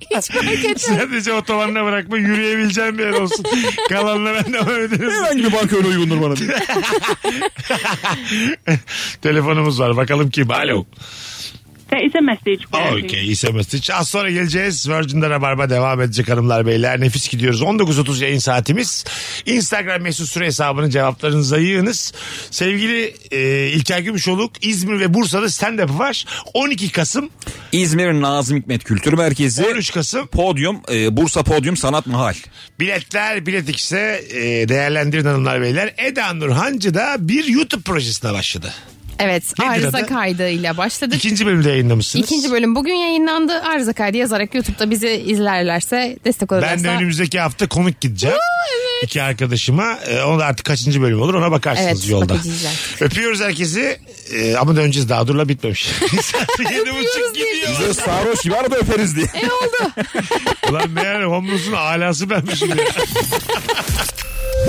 E: Hiç fark
C: [laughs]
E: etmez.
C: Sadece otobanına bırakma yürüyebileceğim bir yer
D: [laughs]
C: olsun. Kalanla ben devam ederiz.
D: Herhangi bir banka öyle uygundur bana diyor.
C: [laughs] Telefonumuz var bakalım kim. Alo.
J: There is a message for you.
C: Okey SMS için. Az sonra geleceğiz. Virgin'de Rabarba devam edecek hanımlar beyler. Nefis gidiyoruz. 19.30 yayın saatimiz. Instagram mesut süre hesabının cevaplarınızı yığınız. Sevgili e, İlker Gümüşoluk İzmir ve Bursa'da stand-up var. 12 Kasım,
D: İzmir Nazım Hikmet Kültür Merkezi.
C: 13 Kasım.
D: Podyum, e, Bursa Podyum Sanat Mahal.
C: Biletler, bilet X'e, e, değerlendirin hanımlar beyler. Eda Nurhancı da bir YouTube projesine başladı.
E: Evet
C: Nedir adı?
E: arıza kaydıyla başladık.
C: İkinci bölümde yayınlamışsınız.
E: İkinci bölüm bugün yayınlandı. Arıza kaydı yazarak YouTube'da bizi izlerlerse destek olurlarsa.
C: Ben de önümüzdeki hafta konuk gideceğim. İki arkadaşıma. Ee, o da artık kaçıncı bölüm olur ona bakarsınız
E: Evet,
C: yolda.
E: bakacağız zaten.
C: Öpüyoruz herkesi. Ee, ama döneceğiz daha durla bitmemiş. [laughs] Saat yedi buçuk gidiyor.
D: Bize sarhoş gibi arada öperiz diye.
E: Ne oldu?
C: Ulan meğer homeless'un alası benmişim ya.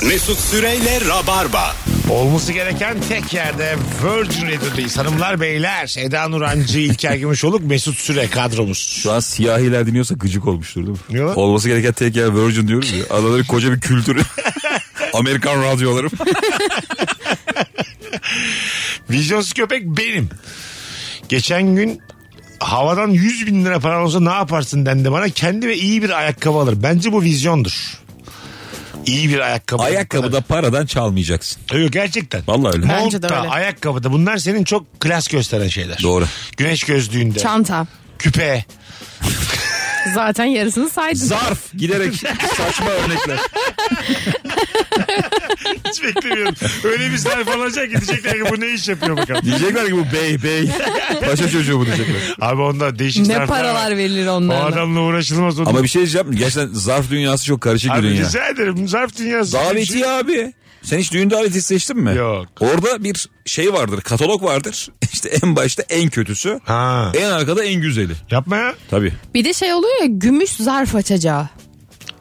B: Mesut Süreyle Rabarba.
C: Olması gereken tek yerde Virgin Radio'dayız. Hanımlar beyler Eda Nurancı, İlker Gümüşoluk, Mesut Süre kadromuz.
D: [laughs] Şu an siyahiler dinliyorsa gıcık olmuştur değil mi?
C: Niye lan?
D: Olması gereken tek yer Virgin diyoruz ya. Adaları koca bir [laughs] kültür. Amerikan radyoları.
C: Vizyonsuz köpek benim. Geçen gün havadan 100 bin lira paran olsa ne yaparsın dendi bana. Kendime iyi bir ayakkabı alır. Bence bu vizyondur. İyi bir ayakkabı.
D: Ayakkabıda paradan çalmayacaksın.
C: Yok gerçekten.
D: Vallahi [laughs] öyle.
E: Bence
C: Montta,
E: de öyle.
C: ayakkabıda bunlar senin çok klas gösteren şeyler.
D: Doğru.
C: Güneş gözlüğünde,
E: Çanta.
C: küpe.
E: Zaten yarısını saydım.
D: Zarf giderek saçma örnekler.
C: Hiç beklemiyordum. Öyle bir serf olacak gidecekler ki bu ne iş yapıyor bakalım.
D: Diyecekler ki bu bey bey. Paşa çocuğu bu [laughs] diyecekler.
C: Abi onda değişik
E: Ne
C: zarflar var.
E: paralar verilir
C: O
E: onlara.
C: adamla uğraşılmaz. Onun.
D: Ama bir şey diyeceğim. Gerçekten zarf dünyası çok karışık bir şey
C: Abi
D: dünya.
C: rica ederim zarf dünyası.
D: Davetiye abi. Sen hiç düğün davetiyesi seçtin mi?
C: Yok.
D: Orada bir şey vardır, katalog vardır. [laughs] İşte en başta en kötüsü,
C: Ha.
D: en arkada en güzeli.
C: Yapma ya.
D: Tabii.
E: Bir de şey oluyor ya gümüş zarf açacağı.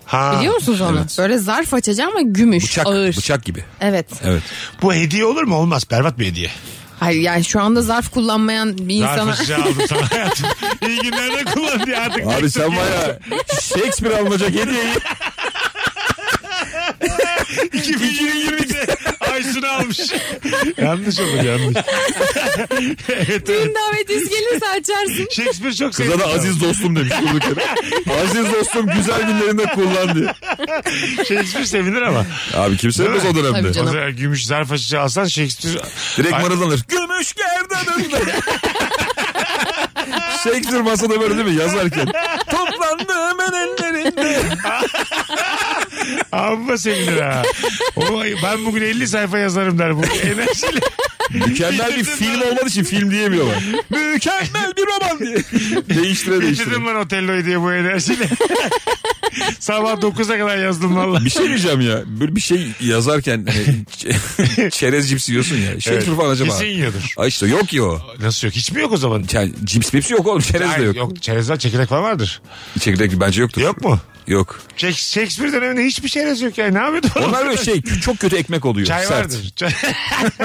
C: Ha.
E: Biliyor musunuz onu? Böyle zarf açacağı ama gümüş
D: Bıçak,
E: ağır.
D: bıçak gibi.
E: Evet.
D: Evet.
C: Bu hediye olur mu? Olmaz. Berbat bir hediye.
E: Hayır yani şu anda zarf kullanmayan bir insana.
C: Zarf
E: [laughs]
C: açacağı aldım sana hayatım. İyi günlerde kullan diye artık. [laughs]
D: Abi sen var ya Shakespeare alınacak hediyeyi.
C: 2020'de Aysun'u almış. yanlış olur yanlış. [laughs] evet, evet.
E: Düğün davetiyesi gelirse açarsın.
C: Shakespeare çok
D: Kıza [laughs] da aziz dostum demiş durduk yere. [laughs] aziz dostum güzel günlerinde kullan diye.
C: Shakespeare sevinir ama.
D: Abi kimse
C: Değil
D: bilmez
C: mi?
D: o dönemde.
E: Tabii
C: O
E: canım.
C: zaman gümüş zarf açacağı alsan Shakespeare...
D: Direkt
C: Ay-
D: mırıldanır. Gümüş gerdanında. Shakespeare masada böyle değil mi yazarken? Toplandı hemen ellerinde.
C: Amma sevinir ha. O, ben bugün 50 sayfa yazarım der bu
D: [laughs]
C: enerjiyle.
D: Mükemmel bir film olmadığı için film diyemiyorlar. Mükemmel bir roman diye. Değiştire değiştire.
C: Bitirdim ben Otello'yu diye bu enerjiyle. [laughs] Sabah 9'a kadar yazdım valla.
D: Bir şey diyeceğim ya. Böyle bir şey yazarken hani,
C: [laughs]
D: ç- çerez cipsi yiyorsun ya. Shakespeare Şey falan acaba.
C: Kesin yiyordur.
D: Ay işte yok ya o.
C: Nasıl yok? Hiç mi yok o zaman?
D: Yani cips mipsi yok oğlum. Çerez de
C: Hayır,
D: yok.
C: yok. Çerezler çekirdek falan vardır.
D: Çekirdek bence yoktur.
C: Yok mu?
D: Yok.
C: Shak- Shakespeare döneminde hiçbir çerez yok yani. Ne yapıyordu?
D: Onlar böyle şey çok kötü ekmek oluyor.
C: Çay
D: sert.
C: vardır. Çay, [laughs]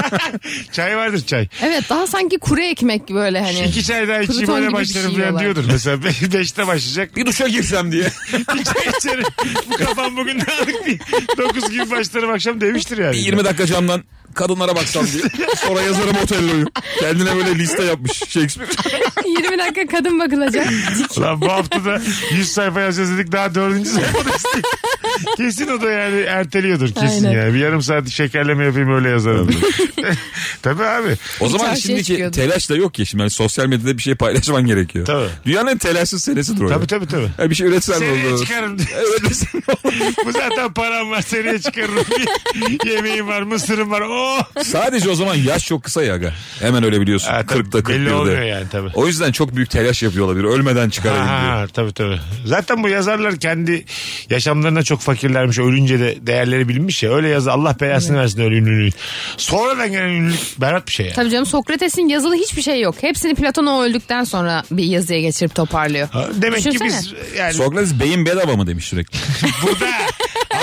C: çay vardır çay.
E: Evet daha sanki kuru ekmek böyle hani. [laughs]
C: İki çay daha içeyim
E: Kruton
C: öyle
E: gibi bir
C: başlarım
E: şey
C: falan
E: yiyorlar.
C: diyordur. Mesela [laughs] be- beşte başlayacak.
D: Bir duşa girsem diye.
C: Bir çay içerim. Bu kafam bugün ne aldık diye. Dokuz gibi başlarım akşam demiştir yani.
D: Bir 20 dakika camdan kadınlara baksam diye. Sonra yazarım Otello'yu. Kendine böyle liste yapmış Shakespeare.
E: 20 dakika kadın bakılacak.
C: Lan bu hafta da 100 sayfa yazacağız dedik daha dördüncü sayfada istedik. Kesin o da yani erteliyordur kesin
E: Aynen.
C: ya. Bir yarım saat şekerleme yapayım öyle yazarım. [laughs] Tabii abi.
D: O zaman
E: her şey
D: şimdiki
E: çıkıyordu.
D: telaş da yok ki. Şimdi hani sosyal medyada bir şey paylaşman gerekiyor.
C: Tabii.
D: Dünyanın en telaşsız senesidir o.
C: Tabii
D: ya.
C: tabii tabii.
D: Ya bir şey üretsen ne
C: Seriye
D: olur?
C: çıkarım.
D: [laughs] Evet.
C: bu zaten param var seriye çıkarım. [laughs] Yemeğim var mısırım var. Oh.
D: Sadece o zaman yaş çok kısa ya. aga. Hemen öyle biliyorsun.
C: Ha, tabii.
D: 40'ta 41'de.
C: Belli olmuyor yani tabii.
D: O yüzden çok büyük telaş yapıyor olabilir. Ölmeden çıkarabilir.
C: Ha, tabii tabii. Zaten bu yazarlar kendi yaşamlarına çok fakirlermiş. Ölünce de değerleri bilinmiş ya. Öyle yazı Allah belasını versin öyle ünlülüğü. Sonradan gelen ünlülük berbat bir şey yani.
E: Tabii canım Sokrates'in yazılı hiçbir şey yok. Hepsini Platon o öldükten sonra bir yazıya geçirip toparlıyor.
C: Ha, Demek ki
E: Düşünsene.
C: biz yani
D: Sokrates beyin bedava mı demiş sürekli.
C: burada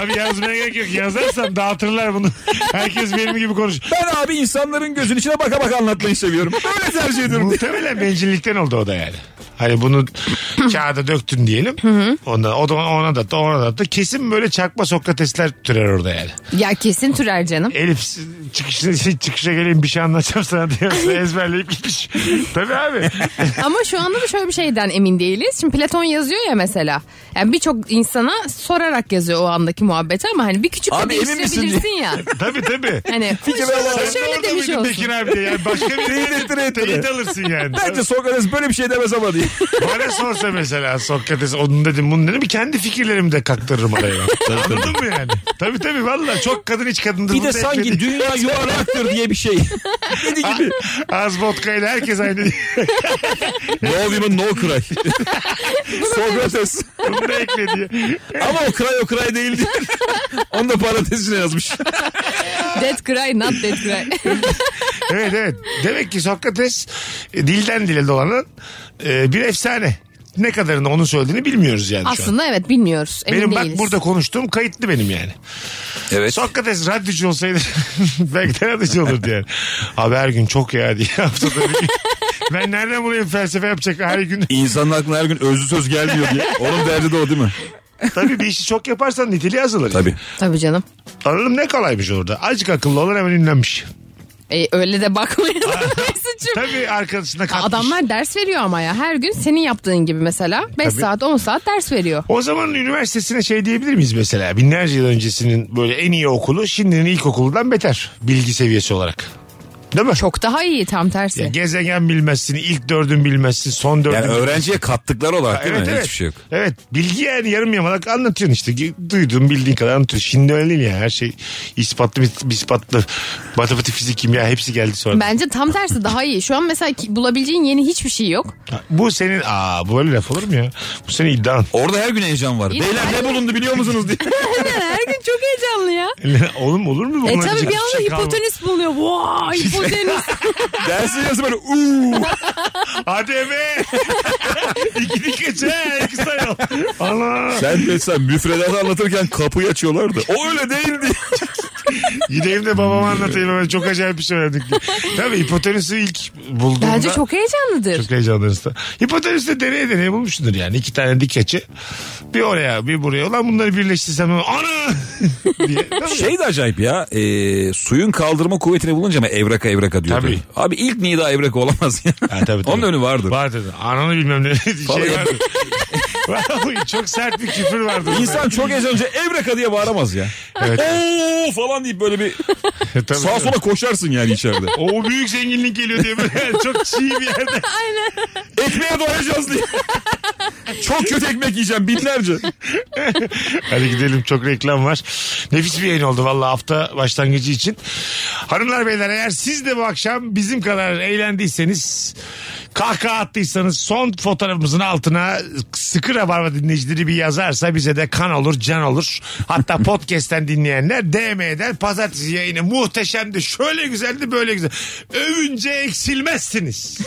C: abi yazmaya gerek yok. Yazarsan dağıtırlar bunu. Herkes benim gibi konuş.
D: ben abi insanların gözünün içine baka baka anlatmayı seviyorum. Öyle tercih ediyorum.
C: Muhtemelen bencillikten oldu o da yani. Hani bunu kağıda döktün diyelim. Ona, o da ona da attı, ona da attı. Kesin böyle çakma Sokratesler türer orada yani.
E: Ya kesin türer canım.
C: Elif çıkışına, [laughs] çıkışa geleyim bir şey anlatacağım sana
D: [laughs]
C: diye ezberleyip gitmiş. Tabii abi.
E: Ama şu anda da şöyle bir şeyden emin değiliz. Şimdi Platon yazıyor ya mesela. Yani birçok insana sorarak yazıyor o andaki muhabbeti ama hani bir küçük
D: Abi
E: de
D: emin misin
E: değiştirebilirsin ya.
C: tabii
D: [laughs]
C: tabii. [laughs]
E: Hani şöyle,
C: Sen de
E: şöyle
C: orada
E: demiş
C: mıydın
E: olsun.
C: Bekir abi diye. Yani başka
D: [laughs]
C: bir
D: Teyit ettire
C: yerde teyit
D: ettire.
C: alırsın yani.
D: Bence Sokrates böyle bir şey demez ama diye.
C: Bana sorsa mesela Sokrates onun dedim bunu dedim. Kendi fikirlerimi de kaktırırım araya.
D: [laughs]
C: Anladın mı yani? Tabii tabii valla çok kadın hiç kadındır.
D: Bir
C: bunu
D: de
C: da
D: sanki
C: ekledi.
D: dünya yuvarlaktır diye bir şey. Dedi gibi.
C: Az vodkayla herkes aynı. [laughs]
D: No women no cry. [laughs] Sokrates.
C: Bunu da ekledi.
D: Ama o cry o cry değildi. Onu da parantezine yazmış.
E: Dead cry not
C: [laughs]
E: dead cry.
C: Evet evet. Demek ki Sokrates e, dilden dile dolanan e, bir efsane. Ne kadarını onun söylediğini bilmiyoruz yani şu an.
E: Aslında evet bilmiyoruz. Emin
C: Benim bak
E: değiliz.
C: burada konuştuğum kayıtlı benim yani.
D: Evet.
C: Sokrates radyocu olsaydı [laughs] belki de radyocu olurdu yani. Abi her gün çok ya diye [laughs] haftada bir gün. Ben nereden bulayım felsefe yapacak her
D: [laughs]
C: gün?
D: İnsanın aklına her gün özlü söz gelmiyor diye. Onun derdi de o değil mi?
C: Tabii bir işi çok yaparsan niteliği azalır.
D: Tabii.
E: Tabii canım.
C: Anladım ne kolaymış orada. Azıcık akıllı olan hemen ünlenmiş.
E: E, öyle de bakmayalım
C: [laughs]
E: Mesut'cum.
C: Tabii arkadaşına katmış.
E: Adamlar ders veriyor ama ya. Her gün senin yaptığın gibi mesela 5
C: Tabii.
E: saat 10 saat ders veriyor.
C: O zaman üniversitesine şey diyebilir miyiz mesela? Binlerce yıl öncesinin böyle en iyi okulu şimdinin ilkokulundan beter bilgi seviyesi olarak. Değil mi?
E: Çok daha iyi tam tersi.
C: Ya gezegen bilmezsin, ilk dördün bilmezsin, son dördün
D: Yani öğrenciye kattıklar olarak değil
C: evet,
D: mi?
C: evet.
D: Hiçbir şey yok.
C: Evet bilgi yani yarım yamalak anlatıyorsun işte. Ge- Duyduğun bildiğin kadar anlatıyorsun. Şimdi öyle değil ya her şey ispatlı mis- ispatlı. Matematik, fizik, kimya hepsi geldi sonra.
E: Bence tam tersi daha iyi. Şu an mesela ki- bulabileceğin yeni hiçbir şey
C: [laughs]
E: yok.
C: Ha, Bu senin aa bu böyle laf olur mu ya? Bu senin iddian. [laughs]
D: Orada her gün heyecan var.
E: Yine
D: Beyler ne
E: aynı-
D: bulundu biliyor musunuz diye.
E: Her gün çok heyecanlı ya.
C: Oğlum olur mu?
E: E
C: Bunlar
E: tabii
C: diyecek
E: bir
C: şey
E: anda
C: kalmadı.
E: hipotenüs bulunuyor. Vay hipotenüs.
D: Dersin yazı böyle uuu.
C: Hadi [laughs] be. İki dikeç he. İki sayal. Allah.
D: Sen de sen müfredatı anlatırken kapıyı açıyorlardı. O öyle değildi.
C: Gideyim de babama anlatayım hemen. Çok acayip bir şey öğrendik. diye. Tabii hipotenüsü ilk bulduğumda.
E: [laughs] Bence çok heyecanlıdır.
C: Çok heyecanlarız da. Hipotenüs de deneye deneye bulmuşsundur yani. İki tane dik açı. Bir oraya bir buraya. Ulan bunları birleştirsem hemen ana [laughs] diye. Tabii.
D: Şey de acayip ya. e, suyun kaldırma kuvvetini bulunca mı evraka evraka diyordu.
C: Tabii.
D: Abi ilk nida evraka olamaz [laughs] ya.
C: Ha, tabii, tabii.
D: Onun önü vardır.
C: Vardır. Ananı bilmem ne. [laughs] şey
D: Vallahi-
C: vardır. Vallahi çok sert bir küfür vardı.
D: İnsan çok heyecanlanınca evraka diye bağıramaz ya.
C: Evet.
D: Oo falan deyip böyle bir
C: Tabii.
D: sağa sola koşarsın yani içeride.
C: O büyük zenginlik geliyor diye böyle [laughs] çok çiğ bir yerde.
D: [laughs] Ekmeğe doyacağız diye. Çok kötü ekmek yiyeceğim binlerce.
C: Hadi gidelim çok reklam var. Nefis bir yayın oldu valla hafta başlangıcı için. Hanımlar beyler eğer siz de bu akşam bizim kadar eğlendiyseniz kahkaha attıysanız son fotoğrafımızın altına sıkı rabarba dinleyicileri bir yazarsa bize de kan olur can olur. Hatta podcast'ten dinleyenler DM'den pazartesi yayını muhteşemdi şöyle güzeldi böyle güzel. Övünce eksilmezsiniz.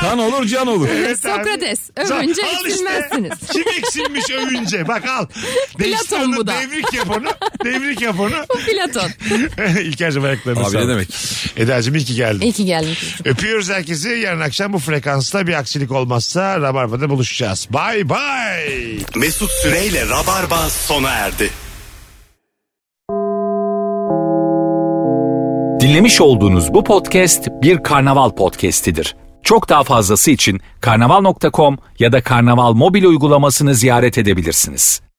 D: Kan olur can olur.
C: Evet abi.
E: Sokrates,
C: Za-
E: övünce
C: al işte.
E: eksilmezsiniz.
C: Kim eksilmiş övünce? Bak
E: [laughs]
C: al. Platon
E: bu da.
C: Devrik yap onu. Devrik yap onu. [laughs]
E: Platon.
C: İlker'cim ayaklarını
D: Abi ne
C: sağlık.
D: demek?
C: Eda'cığım iyi ki geldin.
E: İyi ki geldin.
C: Öpüyoruz herkesi. Yarın akşam bu frekansta bir aksilik olmazsa Rabarba'da buluşacağız. Bay bay.
B: Mesut Süreyle Rabarba sona erdi.
A: Dinlemiş olduğunuz bu podcast bir karnaval podcastidir. Çok daha fazlası için karnaval.com ya da karnaval mobil uygulamasını ziyaret edebilirsiniz.